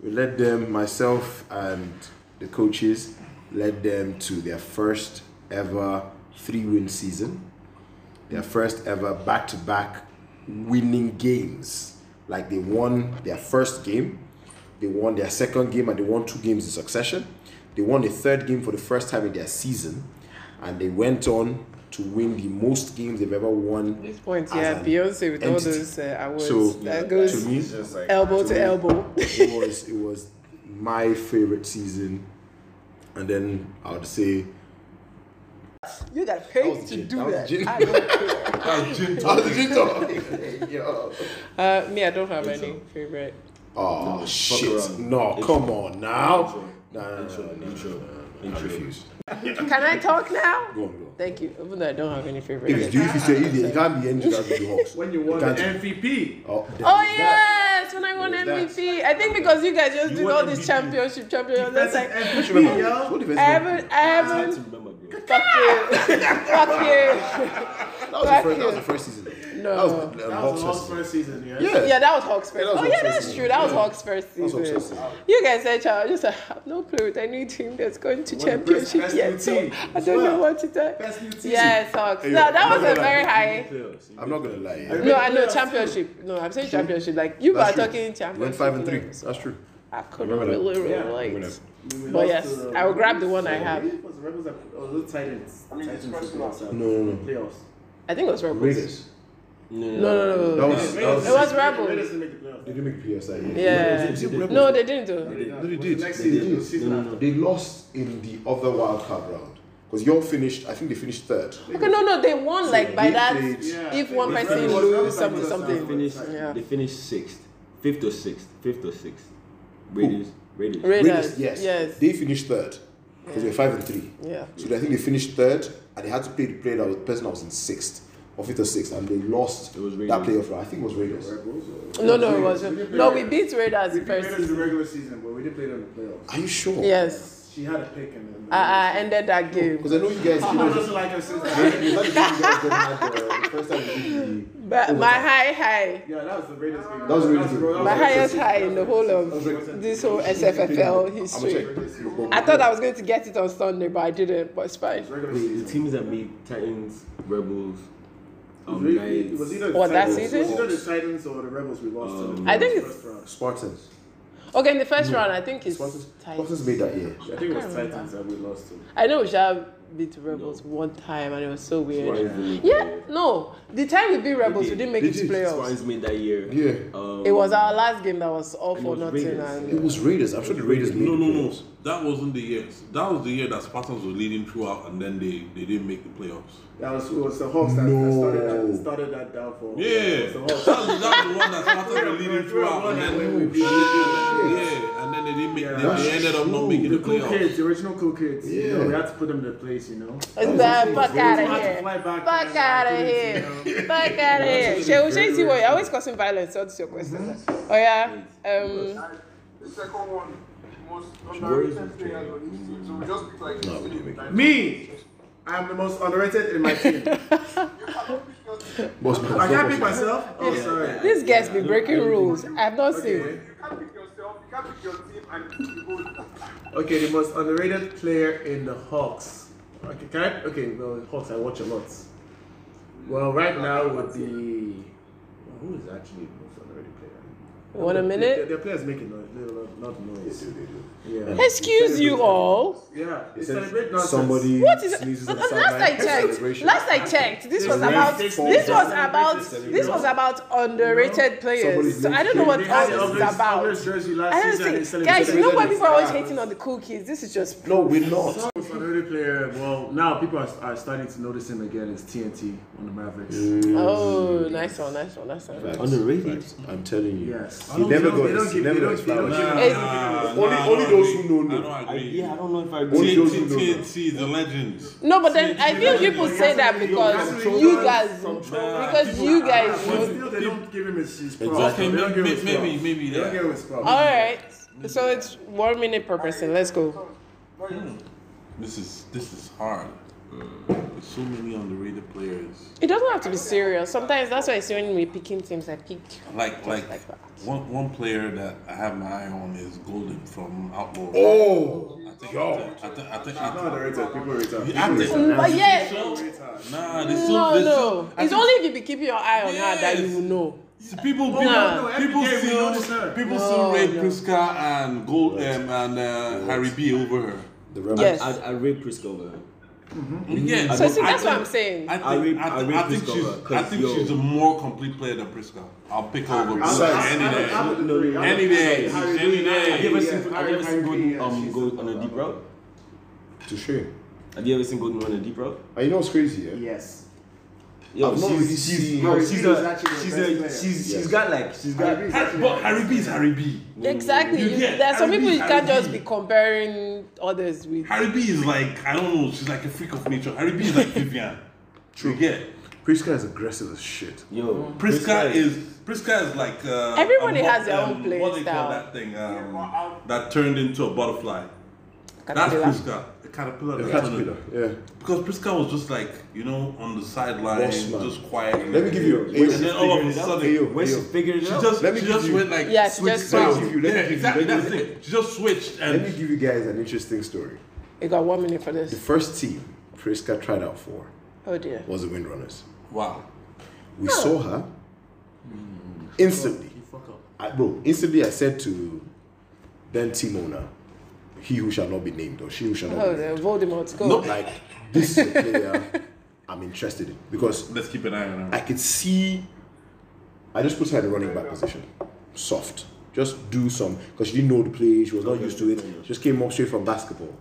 We led them myself and the coaches led them to their first ever three win season. Their first ever back to back winning games. Like they won their first game, they won their second game and they won two games in succession. They won a third game for the first time in their season and they went on to win the most games they've ever won
This point,
As
yeah,
an
Beyonce with all
entity.
those uh, awards
So,
that
to
goes
me,
Just like
elbow to,
me-
elbow.
it was it was my favorite season, and then I would say
You got
That
paid
was
to
gin.
do
That was
that.
gin.
I don't care.
That's gin
oh,
tonic.
did you know? Yo.
Uh, me, I don't have any favorite.
Oh shit!
around.
No,
Intro.
come on now. Nah, nah,
Intro,
nah,
intro,
nah, nah, I
intro.
refuse.
Can I talk now?
Go on, go. on.
Thank you. Even though I don't have any favorite.
If it's due, if you say it, it can't be ended as the Hawks.
When you won the
Gotcha.
MVP.
Oh, there
Oh
is that.
yes, when I won
There's that.
MVP, I think because you guys just
You
did
won
all this
MVP.
championship, championship. That's like I
What do you remember?
yo.
What do you remember?
haven't, I
I had
haven't.
to remember, bro.
Fuck you. Fuck you.
That was the
Fuck
first. That was the
you.
first season.
No.
That was the um,
That
Hawks
was the last
first.
first season, yeah?
Yeah.
Yeah, that was Hawks first.
Yeah, that was
oh,
Hawks
yeah,
first
that's
season.
true. That was
Yeah.
Hawks first
was
season.
Hawks first season.
You guys said, child, just uh, like, I've not played with any team that's going to
We're the best-
championship
best new
yet. So
team
I
as
don't know
well.
what to tell.
Best new team.
Yes, Hawks.
Hey,
no,
I'm
that was
not
a
gonna
very
lie.
high.
I'm not gonna lie. Yeah.
That's
No, I know
playoffs too.
championship. No, I'm saying championship. Like you
That's
are
true.
talking championship.
We Went five and three.
levels.
That's true.
I couldn't
Remember that.
really
Yeah.
relate.
Remember
We lost
But
to
yes,
the
I will grab the one I
Rebels.
have.
It was the Rebels that oh, was it Titans.
I mean, it's
Titans
personal.
was the
No, no, no.
playoffs.
I think it was Rebels.
Raiders.
No, no, no,
That
no.
was. That was
It was Rebels.
Raiders didn't make the playoffs.
They didn't make playoffs that year.
Yeah.
Is it Rebels?
No, they didn't do.
did.
No, they
Was
did.
the Next
They
season,
did.
the season
No, no,
after.
They lost in the other wild card round because y'all finished. I think they finished third.
Okay, no, no, they won like by
they
that.
played-
Yeah,
If
they
one
played
person
Rebels.
lose
Rebels
something,
and
They
something.
Rebels.
finished,
Yeah.
they finished sixth, fifth or sixth, fifth or sixth. Raiders, Raiders.
Raiders.
yes.
Yes.
They finished third because they were five and three.
Yeah.
So I think they finished third, and they had to play the player that was person that was in sixth or fifth or sixth, and they lost
It was
that
Raiders.
playoff round. I think it was Raiders.
No, no, it
Raiders.
wasn't.
didn't
No,
play
we beat Raiders the
We beat
first
Raiders in the
season.
regular season, but we did play them in the playoffs.
Are you sure?
Yes.
She had a pick in the.
I, I ended that game.
Because I know you guys. You
People
know,
doesn't like her since.
you guys didn't have the, the first time you did the-
But my high high,
Yeah, that was the Raiders game. That
was the Raiders
the-
game.
that was
my
the Raiders
highest
season.
high in the whole of this whole SFFL
I'm gonna
history.
check. But-
I thought I was going to get it on Sunday, but I didn't. But it's fine.
Wait,
Regular
the
season.
teams that beat Titans, Rebels,
It was
um,
really- it was
Knights.
either the
What, that
Titans-
season?
It was either the Titans or the Rebels we lost to.
Oh,
in the
I think
first
it's-
round.
Spartans.
Okay, in the first round, I think it's
Spartans.
tight.
Spartans made that year.
I think it was Titans that we lost to.
I know Ujab beat Rebels one time, and it was so weird.
Swans made that
Yeah,
year.
no, the time we beat Rebels, we didn't make
They
it to
did.
playoffs.
Swans made that year.
Yeah.
Um,
It was our last game that was all
And it
for
was
nothing,
Raiders.
and
It was Raiders. I'm sure the Raiders made the
No, no, no.
playoffs.
That wasn't the year. That was the year that Spartans were leading throughout, and then they, they didn't make the playoffs.
That was, it was the Hawks that,
No.
that started that started that downfall.
Yeah,
It was the
that's,
Hawks.
that's the one that Spartans were leading throughout, and then
we
yeah, and then they didn't make.
Yeah.
they- They, ended up not making the
The cool kids,
playoffs.
the original cool kids. Yeah. You
Yeah.
know, we had to put them in place, you know.
it's bad. Fuck out
We had to
of
fly
here.
back.
Fuck
and
out of
activities,
here.
you know.
Fuck out of here. Shehu, Shehu, see what you're always causing violence. So that's your question.
Mm-hmm.
Oh, yeah. Um,
And the second one, the most underrated players on this team. So we just pick like
No, we didn't make it.
Me, I'm the most underrated in my team.
Boss man,
I can't
boss
pick
man.
myself. Oh, sorry.
These guys be breaking rules. I've not seen.
Okay.
You can't pick yourself, you can't pick your team, and you go.
Okay, the most underrated player in the Hawks. Okay, can I? Okay, well, the Hawks I watch a lot. Well, right now would be well, who is actually the most underrated player?
One a
Their,
minute.
their players making noise, a lot, lot of noise. Yeah.
Excuse you all.
Yeah. They
It says
celebrate nonsense.
Somebody
What is
sneezes
uh,
on the
last
sideline.
I checked?
Celebration.
Last I checked, this was
They
about
raised
this
four
was
dollars.
about this was about underrated players. So I don't know what
They
all
had the
this is
Oilers-
about.
Oilers jersey last
I
season and
don't
they
see.
celebrated-
Guys, you know why
celebrated
people are always
stars.
hating on the cool kids? This is just
No, we're not.
Most underrated player. Well, now people are, are starting to notice him again. Is TNT on the Mavericks?
Oh, nice one, nice one, nice one.
Underrated.
Facts. I'm telling you.
Yes.
He never got
They don't
his. He
give-
never
they
got
don't
his
give-
flowers.
Nah.
Only- only those who know, know.
I don't
I,
agree.
yeah, I don't know if I
Only
agree.
those
TNT,
who know.
TNT, the legends.
No, but then I think people say that because you guys, because you guys
But
know.
still, they don't give him his, his props.
Okay,
They don't
maybe,
give him his
maybe, maybe,
props.
maybe
They don't
that.
give him his props.
All right, so it's one minute per person. Let's go.
No, you-
This is this is hard. Uh, There's so many underrated players.
It doesn't have to be serious. Sometimes that's why it's when we're picking teams, I pick.
Like like
like that.
one one player that I have my eye on is Golden from Outlaw.
Oh,
I think I think I think I
Not underrated. People retired.
think- I think-
But yeah,
Nah, there's so,
no,
there's
no.
so, I
It's
think-
only if you be keeping your eye on her that you will know.
See, people, people,
no,
every
people
day we
still,
notice her.
people still rate Priska and Gold um, and uh, Harry B over her.
the Rebels.
Yes.
I, I rate Prisco over her.
Yeah,
So
I
see,
think-
that's what I'm saying.
I think,
I
I
rate-
think,
I
I
rate
think
Priska
she's,
over her, 'cause
I think
yo.
she's a more complete player than Priska. I'll pick her over
I'm-
Priska
I'm-
any day.
I'm- I'm
No, no, no.
I'm-
Any day,
Harry
any day.
Green, yeah,
Have you ever seen, have you ever
Harry
seen
Green,
Golden
yeah,
um,
she's-
go on a deep route?
Touche.
Have you ever seen Golden on a deep route?
And you know what's crazy? Yeah.
Yes.
Yo,
I've not
she's,
really
she's,
seen-
yo,
Harry
she's
B is
a,
actually the
she's
best
a,
player.
she's,
Yes.
she's got like, she's got.
Harry B is
Har- But Harry B is Harry B.
Exactly.
You
You-
get
There are some
Harry
people
B,
you can't
Harry
just
B.
be comparing others with.
Harry B is like I don't know. She's like a freak of nature. Harry B is like Vivian. True. Yeah.
Priska is aggressive as shit.
Yo,
Priska is Priska is like uh,
Everybody
a mo-
has their own
What do you
playstyle.
call that thing? Um, that turned into a butterfly. That's
Caterpillar.
Priska, the caterpillar.
The
that
caterpillar.
wanted-
Yeah.
Because Priska was just like, you know, on the sideline,
Boss man.
just quiet.
Let me give you.
And
Wait,
then all of a sudden,
Hey, yo,
When
hey,
she
yo.
figured it
she
out,
just,
Let me
she
give
just
you-
went like,
Yeah, she
switched
just
sides.
switched. Let me give you- let me
yeah,
give you-
exactly.
let me
That's
give
it. She just switched
Let me
and
give you guys an interesting story.
You got one minute for
The
this.
first team Priska tried out for
Oh dear.
was the Windrunners.
wow.
We saw her
Hmm.
instantly. I, bro, instantly I said to then team owner, he who shall not be named or she who shall not
Oh
be named.
dear. Voldemort, go.
Not like this is a player I'm interested in because
Let's keep an eye on
I
her.
could see. I just put her in the running back position, soft. Just do some because she didn't know the play. She was not used to it. She just came up straight from basketball,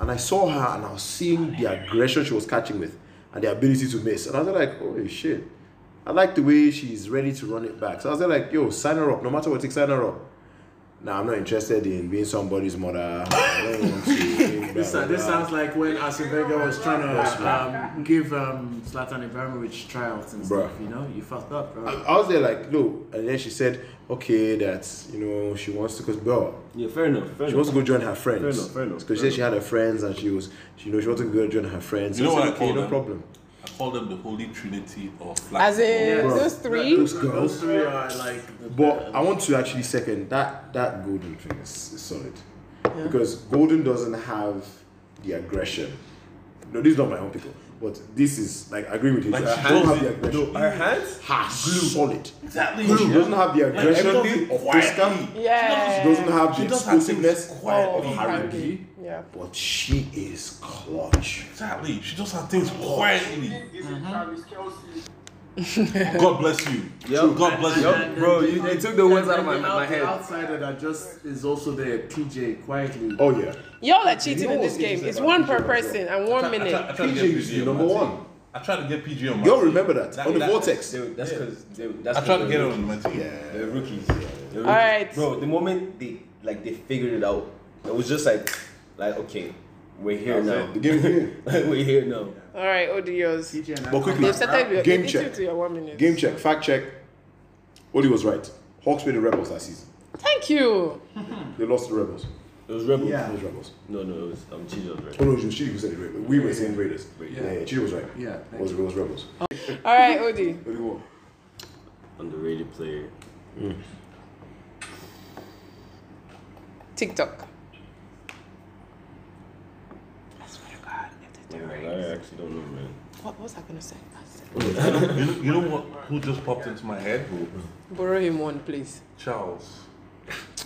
and I saw her and I was seeing the aggression she was catching with and the ability to miss. And I was like, oh shit, I like the way she's ready to run it back. So I was like, yo, sign her up. No matter what, take sign her up. Nah, I'm not interested in being somebody's mother. I don't want to.
This, uh,
blah, blah,
this
blah.
sounds like when Arsene Wenger was trying to um, give um, Zlatan Ibrahimovic tryouts and
Bruh.
stuff. You know, you fucked up, bro.
I, I was there like, no. And then she said, okay, that, you know, she wants to, because, bro,
yeah, fair enough. Fair
she
enough.
wants to go join her friends.
Fair enough, fair enough,
Because she
fair
said she had her friends and she was, she, you know, she wanted to go join her friends.
You know
I said,
what I call
okay, no
them?
problem.
I call them the Holy Trinity of flag.
As in
Yeah.
those three.
Those
Those
girls.
three are like. The
But I want to actually second that, that golden thing is, is solid. Because golden doesn't have the aggression. No, this is not my own pickle. But this is, like, I agree with you.
Like,
I
she
don't
does
have the
it.
aggression.
Her hands?
Ha, solid.
Exactly.
She doesn't have the aggression of
everything
this
quietly.
camp.
Yeah.
She doesn't have the
She does have
explosiveness
things
of
quietly.
Haruki,
Oh, Yeah.
but she is clutch.
Exactly. She does her things quietly.
Is it Travis Kelsey?
God bless you. God bless you.
Bro, you, they took the words out of my,
the
my
out-
head.
outsider that just is also there, PJ, quietly.
Oh yeah,
Y'all are cheating
know
in
what's
this game.
interesting
It's
about
one
PJ
per
as well?
person and one minute.
PJ used to be number one.
I tried to get PG on my
You all
team.
remember that, on the vortex.
They, that's because that's
I tried to
because
get
they're
on my team.
Yeah.
They're rookies. They're rookies.
right.
Bro, the moment they like they figured it out, it was just like, like okay, we're here now.
The game is here.
we're here now.
All right, Odi yours.
PJ and
But quickly,
They've started your
game
they beat
check.
you to your one minute.
Game check, fact check. Oli was right. Hawks were the rebels that season.
Thank you.
They lost to the rebels.
It was rebel.
It
Yeah.
was rebels.
No, no, it was um Chijo's right.
Oh no, Chidi was saying the Raiders. We were saying Raiders. Yeah, yeah, Chidi was right.
Yeah,
it was, it was rebels.
All right, Odi.
What do you want?
Underrated player.
TikTok.
Yeah, I actually don't know, man.
What was I gonna say?
You know, you know what? Who just popped into my head?
Borrow him one, please.
Charles.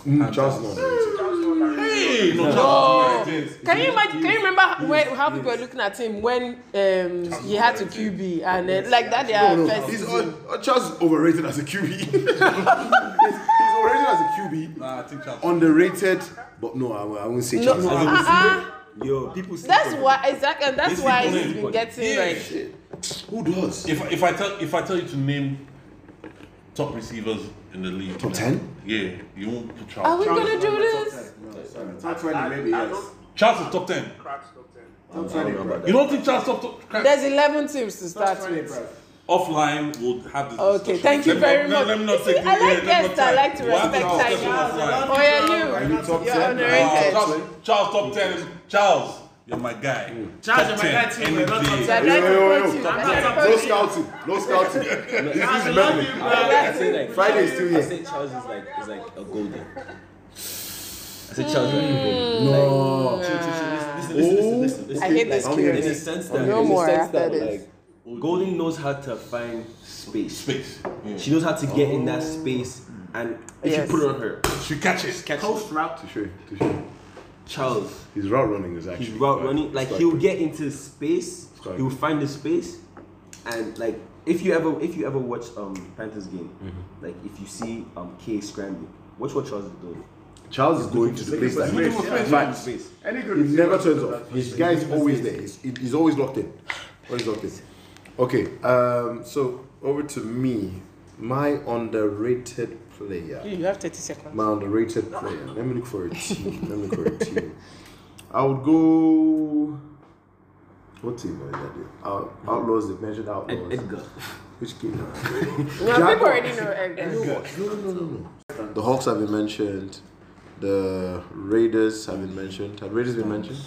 Mm, Charles is not underrated.
Hey, no, Charles. is not
Can you imagine? Can you remember where, how people were looking at him when um, he had to QB and uh, like that? They are
No, no,
first
he's
season.
un- uh, Charles is overrated as a QB. he's, he's overrated as a QB.
Nah, I think Charles.
Underrated, but no, I, I won't say
No,
Charles.
uh-uh.
Yo, people. sleep
That's
on him.
why exactly, and that's
This
why
people
he's
ain't
been
funny.
getting
Yeah.
like.
Who does?
If, if I tell if I tell you to name top receivers in the league,
Top
now,
10?
Yeah, you won't put Charles.
Are we gonna do this?
Top 20, maybe,
I
yes.
don't
Charles is top ten.
crack top ten.
Top 20, bro.
You don't think Charles top, top crap?
There's 11 teams to
Top
start
20,
with.
bro.
offline we'll have this
Okay,
discussion.
thank you
Let me
very
not-
much.
Let, let me not
You
take
see,
the
I like
yeah, let me
guests
not
that
take-
like to
we'll have this
respect
discussion
time.
offline.
Oh yeah,
Are
you.
you top
You're
10?
Uh,
underrated.
Charles, Charles top ten. Charles, you're my guy.
Hmm.
Charles,
Top
you're my guy
10,
too,
any
we're not top
day.
So I'd like to
Yo, yo, yo,
approach
yo.
you. I'd
I'm
like to
not-
No scouting.
approach you.
No scouting. this is Melvin.
I, I say like
Friday is still
I
here.
say Charles is like is like a golden. I say Charles is like a golden.
No.
Listen, listen, listen, listen, listen.
I hate this
Like,
kid.
In the sense that,
No
in the
more
sense
after
that,
this.
like, Golden knows how to find space.
Space. Hmm. Yeah.
She knows how to get in that space, and if
Yes.
you put it on her,
She catches.
catch
Post route.
Touche, touche.
Charles.
His route running is actually.
He's route running. Like
Sorry.
he'll get into space.
Sorry.
He'll find the space, and like if you ever if you ever watch um Panthers game,
Mm-hmm.
like if you see um K scrambling, watch what Charles is doing.
Charles is going to the place that
Looking for space.
Facts.
Space.
Any good
He never
receiver
turns
does
off.
that.
His guy is always there. He's, he's always locked in. Always locked in. Okay, um, so over to me. My underrated player.
You have 30 seconds.
My underrated player. Let me look for a team. Let me look for a team. I would go. What team was that? dude? Out, Outlaws. They mentioned Outlaws.
Edgar.
Which team?
Yeah, people already know Edgar.
No, no, no, no, no. The Hawks have been mentioned. The Raiders have been mentioned. Have Raiders been mentioned?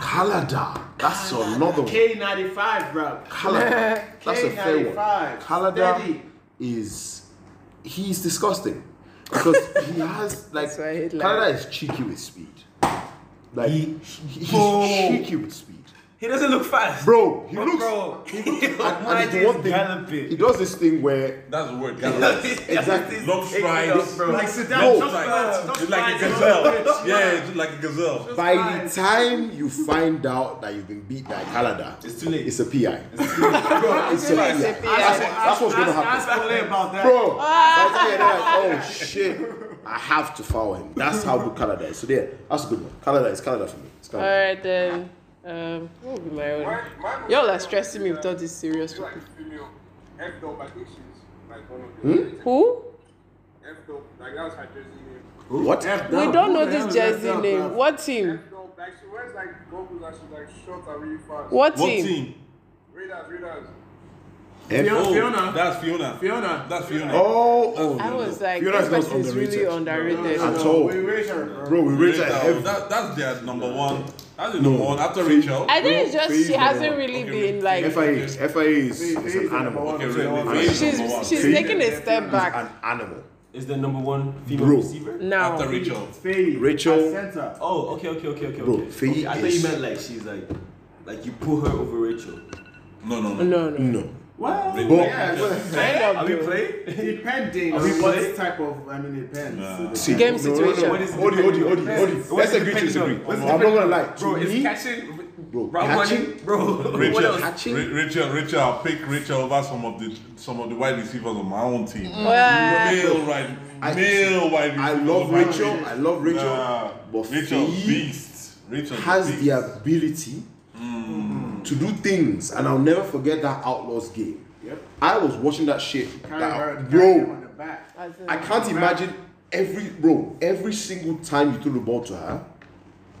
Calada. That's another one.
K95, bro.
Calada. That's a fair one.
K95.
Calada
Steady.
is he's disgusting because he has like
That's why I hate
Calada is cheeky with speed. Like he, he's
Bro.
cheeky with speed.
He doesn't look fast.
Bro, he
But
looks.
bro,
he looks and,
Mine
and it's
is
one thing.
galloping.
He does this thing where
That's the word. Gallop.
exactly.
Long strides.
Like, sit down,
No.
just relax, just
It's like a
relax,
gazelle. Yeah, it's like a gazelle.
By the time you find out that you've been beat by Calada,
It's too late.
It's a PI. It's a PI.
It's a PI.
That's, what- that's what's gonna happen.
Ask Ole about that.
Bro, that's why they're like, oh shit, I have to foul him. That's how good Canada is. So there, that's a good one. Canada is Canada for me. It's
All
Canada.
right then. Um, what would be my own?
Mine- mine was-
Y'all are stressing me with all these serious
She's like
people.
a female. F dub, I think she's like one of the
Who?
F dub, like that was her jersey name.
What?
We don't know
Who the hell
this
is
jersey
that,
name.
bruv?
What team?
F dub, like she wears like goggles and she's like short and really fast.
What
What
team?
team? Oh,
Raiders, Raiders.
F-
Fiona. Fiona.
That's Fiona.
Fiona.
That's Fiona.
oh, oh.
I was like,
Fiona
this
is not
person is really underrated.
At all.
We wish her, bro.
Bro, we rate her
That,
heavy.
that, that's their number one. That's the number one after Rachel.
I think it's
Faith
just she
number
hasn't
one.
really
Okay,
been
Faith.
like
FIA. FIA is, is an animal.
Okay, really,
Fiona.
Faith is
she's
number one.
she's
Faith.
taking a step
An
back
animal.
Is the number one female
Bro.
receiver?
after
now.
Rachel.
Faye,
Rachel.
at Center.
Oh, okay, okay, okay, okay.
Bro,
okay.
Faye
okay. I thought
is-
you meant like she's like, like you pull her over Rachel.
No, no, no.
No, no.
No.
Well,
Really?
yeah, well,
Kind of,
Are we
though.
playing?
depending on
we
what
playing?
type of, I mean, it depends.
Nah.
See,
Game
no, no,
situation.
No,
What is
no.
it
Hold it, hold it,
depending
hold
on?
it, hold it.
What
Let's
is it
agree to
depending on?
disagree.
What
I'm
is it
not gonna lie. To
Bro,
me,
it's catching.
Bro,
route
catching?
running, Bro, what
Rachel,
else?
Ra- Rachel, Rachel, I'll pick Rachel over some of the some of the wide receivers on my own team.
Well,
Male right,
I-
male wide receivers.
I love
on my
Rachel.
team.
I love Rachel.
Nah,
but
Rachel
Faye
beast. Rachel
has
beast.
the ability to do things, and I'll never forget that Outlaws game.
Yep.
I was watching that shit.
Carry
that-
her, carry her on
bro,
the back.
as in-
I can't imagine every bro every single time you threw the ball to her,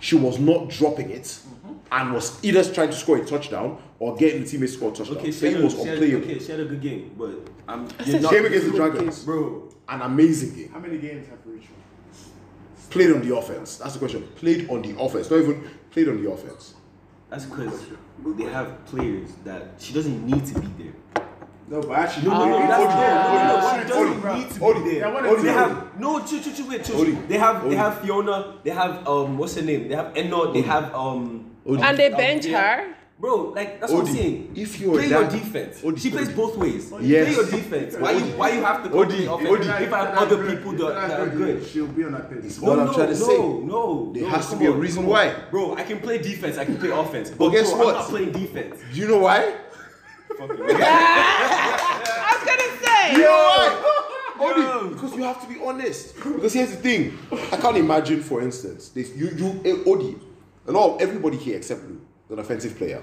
she was not dropping it
Mm-hmm.
and was either trying to score a touchdown or getting the teammates to score a touchdown.
Okay, she
Faye
had, a,
was
she, had,
unplayable.
okay, she had a good game, but I'm.
She
You're not,
Came against the Dragons,
bro.
an amazing game.
How many games have Rachel?
Played on the offense. That's the question. Played on the offense. Not even played on the offense.
That's because they have players that she doesn't need to be there.
No, but actually,
No, no,
Wait,
that's
hold
there.
on,
No,
hold on, hold
no, she doesn't
on.
need to
Odi,
be there.
Odi, Odi.
they have no, chill, chill, chill, wait, chill.
Odi,
They have,
Odi.
they have Fiona. They have um, what's her name? They have Eno. They have um.
Odi.
and they
um,
bench
they have-
her.
Bro, like that's what
Odi,
I'm saying.
if you are
play
that-
your defense,
Odi,
she plays
Odi.
both ways.
Yes.
Play your defense. Why you why you have to go to
Odi,
the offense?
Odi.
If I
If
have other
you're
people
not
that, that are
good,
good.
She'll be on that page.
What I'm
no,
trying to
no,
say.
no,
There
no,
has to
come
be a
on,
reason
come on.
why.
Bro, I can play defense, I can play offense. But,
guess
bro,
what?
I'm not playing defense.
Do you know why?
I was
You
gonna say.
know why? Only because you have to be honest. Because here's the thing, I can't imagine, for instance, this you you eh, Odi, a lot of everybody here except Lou is an offensive player,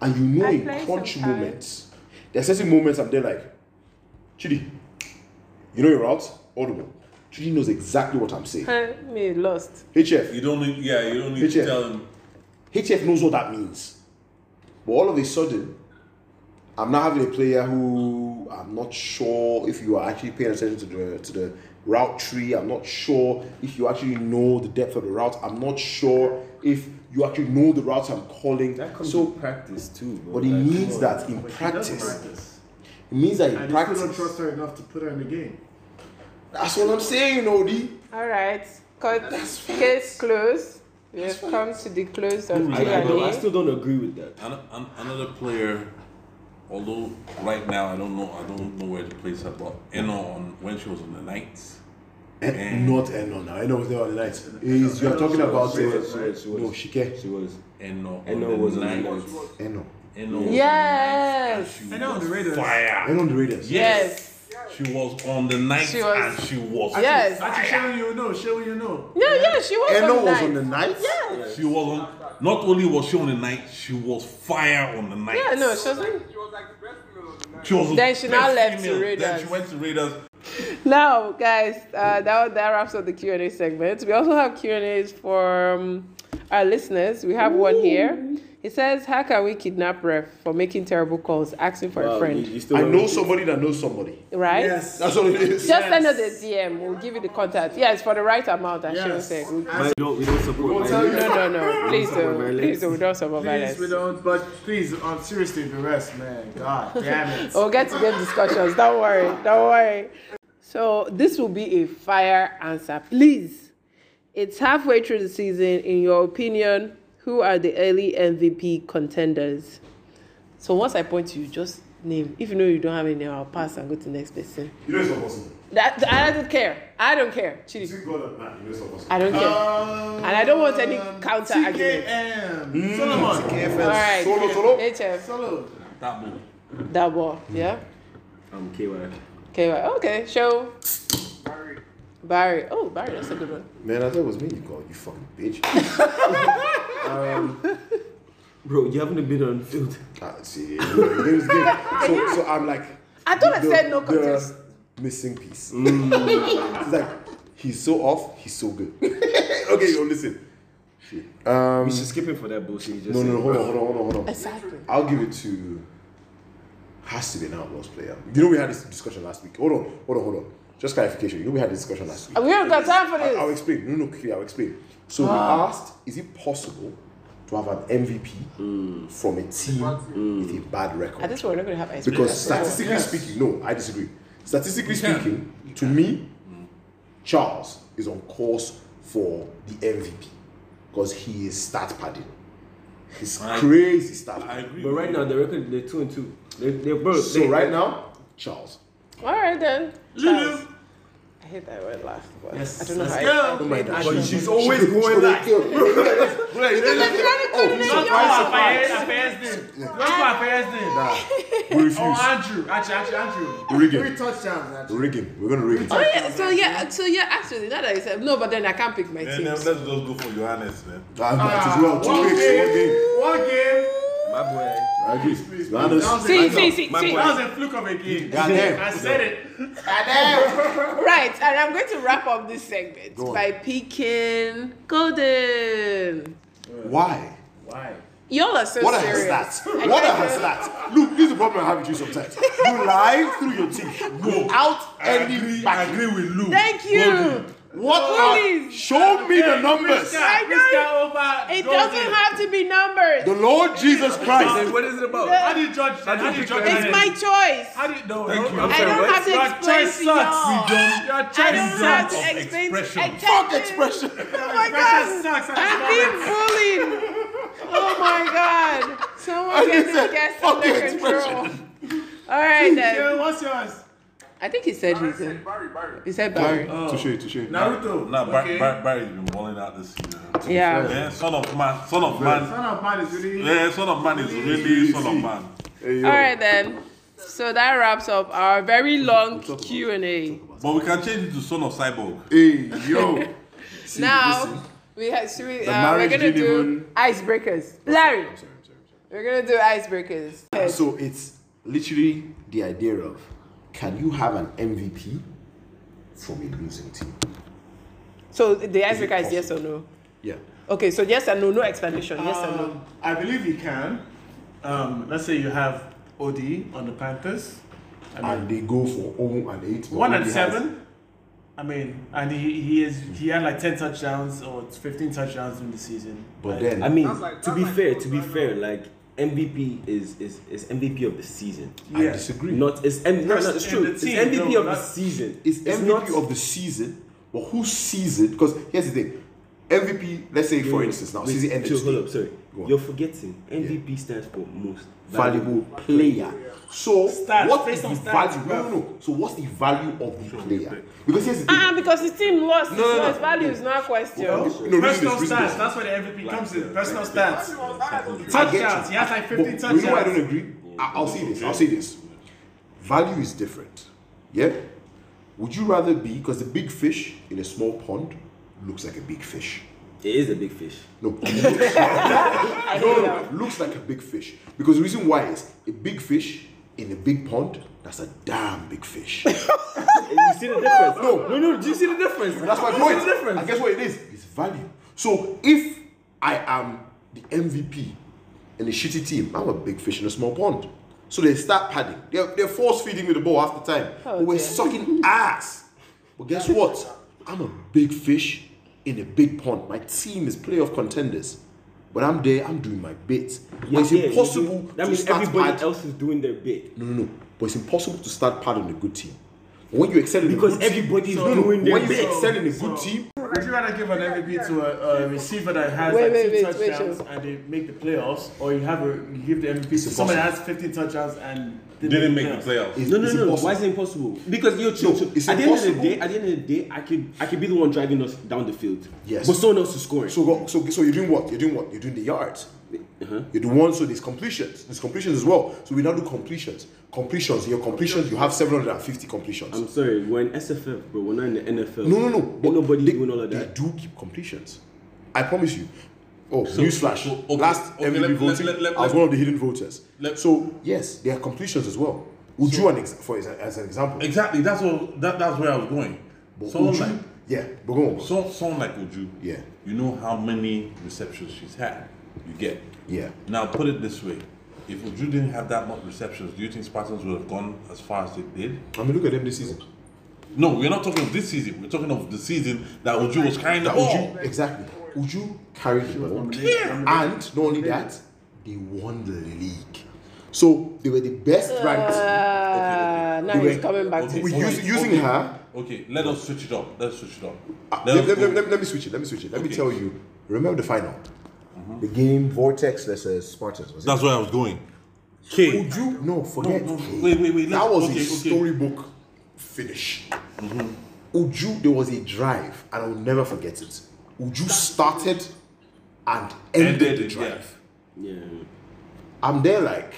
and you know
I
in
play
crunch
sometimes.
moments, there are certain moments I'm there like, Chidi, you know your route, audible. Chidi knows exactly what I'm saying.
Huh, Me lost.
HF,
You don't need. Yeah, you don't need
Rachel.
to tell him.
HF knows what that means. But all of a sudden, I'm now having a player who I'm not sure if you are actually paying attention to the to the route tree. I'm not sure if you actually know the depth of the route. I'm not sure if you actually know the routes I'm calling.
That comes
So,
with practice too, bro.
but it
Like,
needs
come on.
that in
But she doesn't
practice.
practice.
It means that in
And you still don't
practice.
trust her enough to put her in the game.
That's what I'm saying, Odie.
All right. Cut. Case closed. We have come to the close of
I, I don't- I
Q&A.
still don't agree with that.
An, an, another player, although right now I don't know, I don't know where to place her, but Eno on when she was on the Knights.
And not Eno now. Eno was there on the night. Is you're talking about uh, no Shike.
She was.
Eno,
Eno
on the
was on the
Knights.
Knights.
Eno.
Eno was
Yes.
on the Knights and she
Eno on the
was
Raiders.
Fire.
Eno on the Raiders.
Yes.
She was on the Knights
She was-
and she was.
Yes.
Actually, Sheryl, you know. Sheryl, you know.
Yeah, yeah. She was
Eno
on
was on
the
the
night.
night.
Yeah.
She was on. Not only was she on the night, she was fire on the night.
Yeah. No, she wasn't.
She was like the best female of the night.
She was
Then she now
best
left to
Then
Raiders.
she went to Raiders.
Now, guys, uh, that that wraps up the Q and A segment. We also have Q and A's for um, our listeners. We have one here. It says, how can we kidnap ref for making terrible calls, asking for a
Wow,
friend?
you- you still
I
want
know
me to-
somebody that knows somebody.
right?
Yes.
That's what it is.
Just send us a DM. We'll give you the contact. Yes, for the right amount. I shouldn't
Yes.
say.
Man, we don't, we don't support
We'll
man.
tell you.
No, no, no. Please
Don't
don't. Please
support violence.
don't. We don't support
Please, we
violence.
don't. But please, um, seriously, the rest, man. God damn it.
We'll get to game discussions. Don't worry. Don't worry. So this will be a fire answer, please. It's halfway through the season. In your opinion, who are the early MVP contenders? So once I point to you, just name. If you know you don't have any, I'll pass and go to the next person.
You know it's not possible.
That I don't care. I don't care. Chidi.
Between God and man, you know it's not possible.
I don't care.
Um,
And I don't want any counter argument.
TKM.
Mm.
Solomon.
All right.
Solo, solo.
HF.
Solo.
Tabo.
Double. Yeah.
I'm KY.
Okay. right. Okay. Show.
Barry,
Barry. Oh, Barry. That's a good one.
Man, I thought it was me you called, you fucking bitch.
Bro, you haven't been on field.
Ah, see, you know, it was good. So, so I'm like,
I thought I
the- Mm.
said no
the
contest.
Missing piece. it's like he's so off, he's so good. okay, yo, listen. Um,
We should skip him for that bullshit. you Just
no, no,
said.
no, hold on, hold on, hold on, hold on.
Exactly.
I'll give it to. Has to be an outlaws player. You know we had this discussion last week. Hold on, hold on, hold on. Just clarification. You know we had this discussion last week.
We don't got time for
I, I'll
this.
explain. No, no, quickly, I'll explain. So we asked, is it possible to have an MVP from a team with a bad record?
At this point, we're not going to have ice cream.
Because statistically speaking, no, I disagree. Statistically speaking, to me, Charles is on course for the MVP because he is stat padding. He's
I-
crazy stat
I
padding.
agree.
But right now, the record, they're 2 and 2. They, they're both.
So
they,
right now, Charles.
All right then.
Lulu.
Charles. I hate that word last. But
Yes,
I don't know
let's
how.
go.
I, I
Oh
my
played
gosh.
that.
She's
She's always going back.
Oh,
Not
Not
Oh,
my
my affairs then. Not my affairs then.
We refuse.
Oh, Andrew. Actually, actually, Andrew.
We rig
Three
him.
touchdowns, actually.
We rig him. We're gonna rig him.
Oh yeah, so yeah, so yeah. Actually, now that I said no, but then I can't pick my
Then, then let's
teams.
just go for Johannes then.
Ah, that is well. Two weeks, one game.
One game.
My boy.
I agree.
That
Giannis.
was a-
See, see, see,
My
see.
boy.
That was a fluke of a game.
Goddamn.
I said it.
Right, and I'm going to wrap up this segment
Go on.
by picking Golden.
Why?
Why?
Y'all are so
What
serious.
has that? What has that? Look, this is the problem I have with you sometimes. You lie through your teeth without
I
any
agree, I
backing.
agree with Lou.
Thank you.
What are,
Please.
show me the numbers.
Priska,
know
Priska over.
It
Golden.
doesn't have to be numbers.
The Lord Jesus Christ.
Then what is it about?
How do you judge that? How do you judge
It's
that?
my choice.
How do you. No,
Thank
no,
you.
I'm
I
sorry,
don't
what?
have to
Your
explain
choice
to
sucks.
y'all.
We don't. Your
I
choice
don't have
sucks.
to explain.
expression.
I can't
Fuck
do-
expression.
Oh my
Expression
god.
sucks.
I'm being bullied. Oh my god. Someone
And you
get this
said,
guest
"Fuck
under
your expression."
control. All right
Yeah,
then.
what's yours?
I think he said
Barry
he's in.
said Barry, Barry.
He said Barry.
Touche, touche.
Naruto.
Nah, Bar-
Okay.
Bar- Barry's been balling out this season.
Yeah.
Yeah, son of man, son of man.
Son of man is really.
Yeah, son of man is really son of man.
Hey, yo.
All right then. So that wraps up our very long Q and A.
But we can change it to son of cyborg.
Hey, yo. See, listen.
Now we have should we,
The
uh, we're
marriage
gonna
didn't
do
even-
icebreakers. Larry,
I'm sorry, I'm sorry, I'm sorry.
we're gonna do icebreakers.
So it's literally the idea of can you have an MVP from a losing team?
So the icebreaker is
possible?
yes or no.
Yeah.
Okay, so yes and no, no explanation. Yes and no.
Um, I believe you can. Um, let's say you have OD on the Panthers. I mean,
And they go for 0 and 8. but
one and
only has-
seven. I mean, and he he is he had like ten touchdowns or fifteen touchdowns in the season. Like,
But then,
I mean,
That's like-
to
that's
be
like
fair,
close
to be
right
fair, like MVP is is is MVP of the season.
I
yeah.
disagree.
Not it's M- no, no, it's
Person
true.
in the
It's
team,
MVP
no,
of the
not-
season.
It's MVP
not-
of the season, but who sees it? Because here's the thing MVP, let's say for instance now,
Wait,
season ended.
chill, hold
today.
up, sorry.
Go on.
You're forgetting MVP stands for most
Valuable player. So
Stats,
what
based
is
on
the
stats,
value? No,
bro.
no, no. So what's the value of the player? Because here's the thing.
Ah, because his team lost,
No, no,
so
no.
his value is not questioned.
no, listen
Personal
to this, listen to
stats.
this.
That's where the MVP comes in. Personal
Barry
stats.
was hard.
I get
Touchdowns.
you.
He has like
But
15
You know why I
touchdowns.
don't agree? I, I'll say this. I'll say this. Value is different. Yeah. Would you rather be because the big fish in a small pond looks like a big fish?
It is a big fish.
No, looks, no, no, looks like a big fish. Because the reason why is a big fish in a big pond. That's a damn big fish. That's
you see the difference?
No.
no, no. Do you see the difference?
my
Do you see
point.
the difference?
And guess what it is? It's value. So if I am the MVP in a shitty team, I'm a big fish in a small pond. So they start padding. They're, they're force feeding me the ball half the time.
Oh,
but we're
dear.
sucking ass. But guess what? I'm a big fish in a big pond. My team is playoff contenders. But I'm there, I'm doing my bit. But it's
Yeah, yeah,
impossible
you do- That
to
means
start
everybody
pad-
else is doing their bit.
No, no, no. But it's impossible to start pad on a good team. When you excel in
Because
a good
everybody's
team, No, no,
doing their
when you
best.
excel in a good team,
Would you rather give an MVP to a, a receiver that has
Wait,
like
wait,
two
wait, wait,
touchdowns and they make the playoffs, or you have a you give the MVP to someone that has 15 touchdowns and
Didn't make the playoffs.
it's,
No, no,
it's
no.
impossible.
Why is it impossible? Because you're chill.
No,
chill.
it's
at the end of the
impossible.
day, at the end of the day, I could I could be the one driving us down the field.
Yes.
But someone else is scoring.
So, go- so, so you're doing what? You're doing what? You're doing the yards. You're the one. So there's completions. There's completions as well. So we now do completions. Completions. In your completions, you have 750 completions.
I'm sorry, we're in SFF, bro. We're not in the NFL.
no, no, no.
Ain't
But
nobody
they,
doing all of
They
that.
do keep completions. I promise you. Oh, newsflash!
so, okay,
Last
okay,
MVP
let- let-
voting,
let- let-
I was
let-
one of the hidden voters.
let-
so yes, there are completions as well. Uju, an ex- for exa- as an example.
Exactly. That's what. That, that's where I was going.
But
Someone
Uju-
like
yeah, but go on.
so, someone like Uju.
Yeah.
You know how many receptions she's had. You get.
yeah,
Now put it this way: If Uju didn't have that much receptions, do you think Spartans would have gone as far as they did?
I mean, look at them this season.
No, we're not talking of this season. We're talking of the season that Uju was carrying the
That
ball.
Uju, exactly. Uju carried the ball.
Yeah.
And not only that, they won the league. So they were the best ranked.
Uh, now
Okay.
he's coming back
Okay.
to
We
Okay.
use, using
Okay.
her.
Okay, let us switch it up. Let's switch it
uh,
up. Let
Let,
us
let-
go.
let- let- let me switch it. Let me switch it. Let me
Okay. Mm-hmm.
tell you. Remember the final, the game Vortex versus Spartans. Was it?
That's where I was going. Okay.
Uju, no, forget.
no, wait, wait, wait,
That
let's-
was
okay,
a
okay. Mm-hmm.
storybook finish. Uju, there was a drive, and I'll never forget it. Uju started and ended,
Ended
the
it,
drive.
yeah.
Yeah.
I'm there like,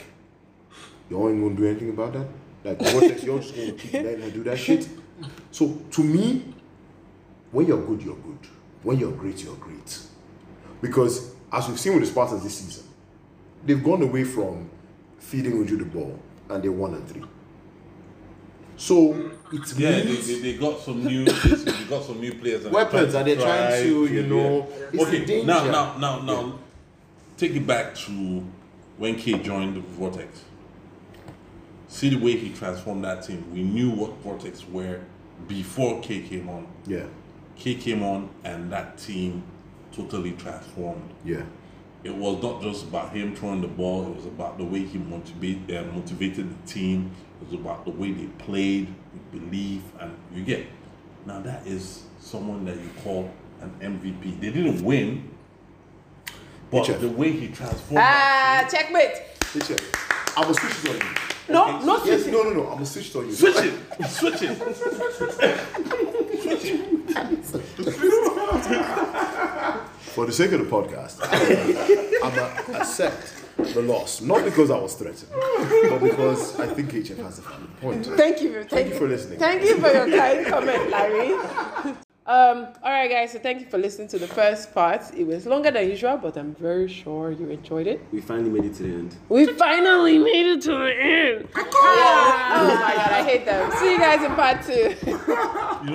y'all ain't gonna do anything about that. Like, what y'all just gonna keep letting her do that shit. So to me, when you're good, you're good. When you're great, you're great. Because as we've seen with the Spartans this season, they've gone away from feeding Uju the ball and they won and three. So it
Yeah, they,
means
they, they got some new they got some new players. And
weapons and they're trying to, you
yeah.
know, it's a
okay,
danger.
now now now now, take it back to when K joined the Vortex. See the way he transformed that team. We knew what Vortex were before K came on.
Yeah,
K came on, and that team totally transformed.
yeah,
It was not just about him throwing the ball. It was about the way he motivate, uh, motivated the team. It was about the way they played with belief, and you get. Now that is someone that you call an MVP. They didn't win, but
Richard.
the way he transformed.
Ah, checkmate.
Richard, I will switch it on you.
No, no
Yes,
switching.
no, no, no, I will switch it on you.
Switch it, switch it.
For the sake of the podcast, I'm going to accept the loss. Not because I was threatened, but because I think HF has a valid point.
Thank you. Thank,
you for listening.
Thank you for your kind comment, Larry. Um, all right, guys. So thank you for listening to the first part. It was longer than usual, but I'm very sure you enjoyed it.
We finally made it to the end.
We finally made it to Ah, the end. Yeah. Oh my god, I hate them. See you guys in part two.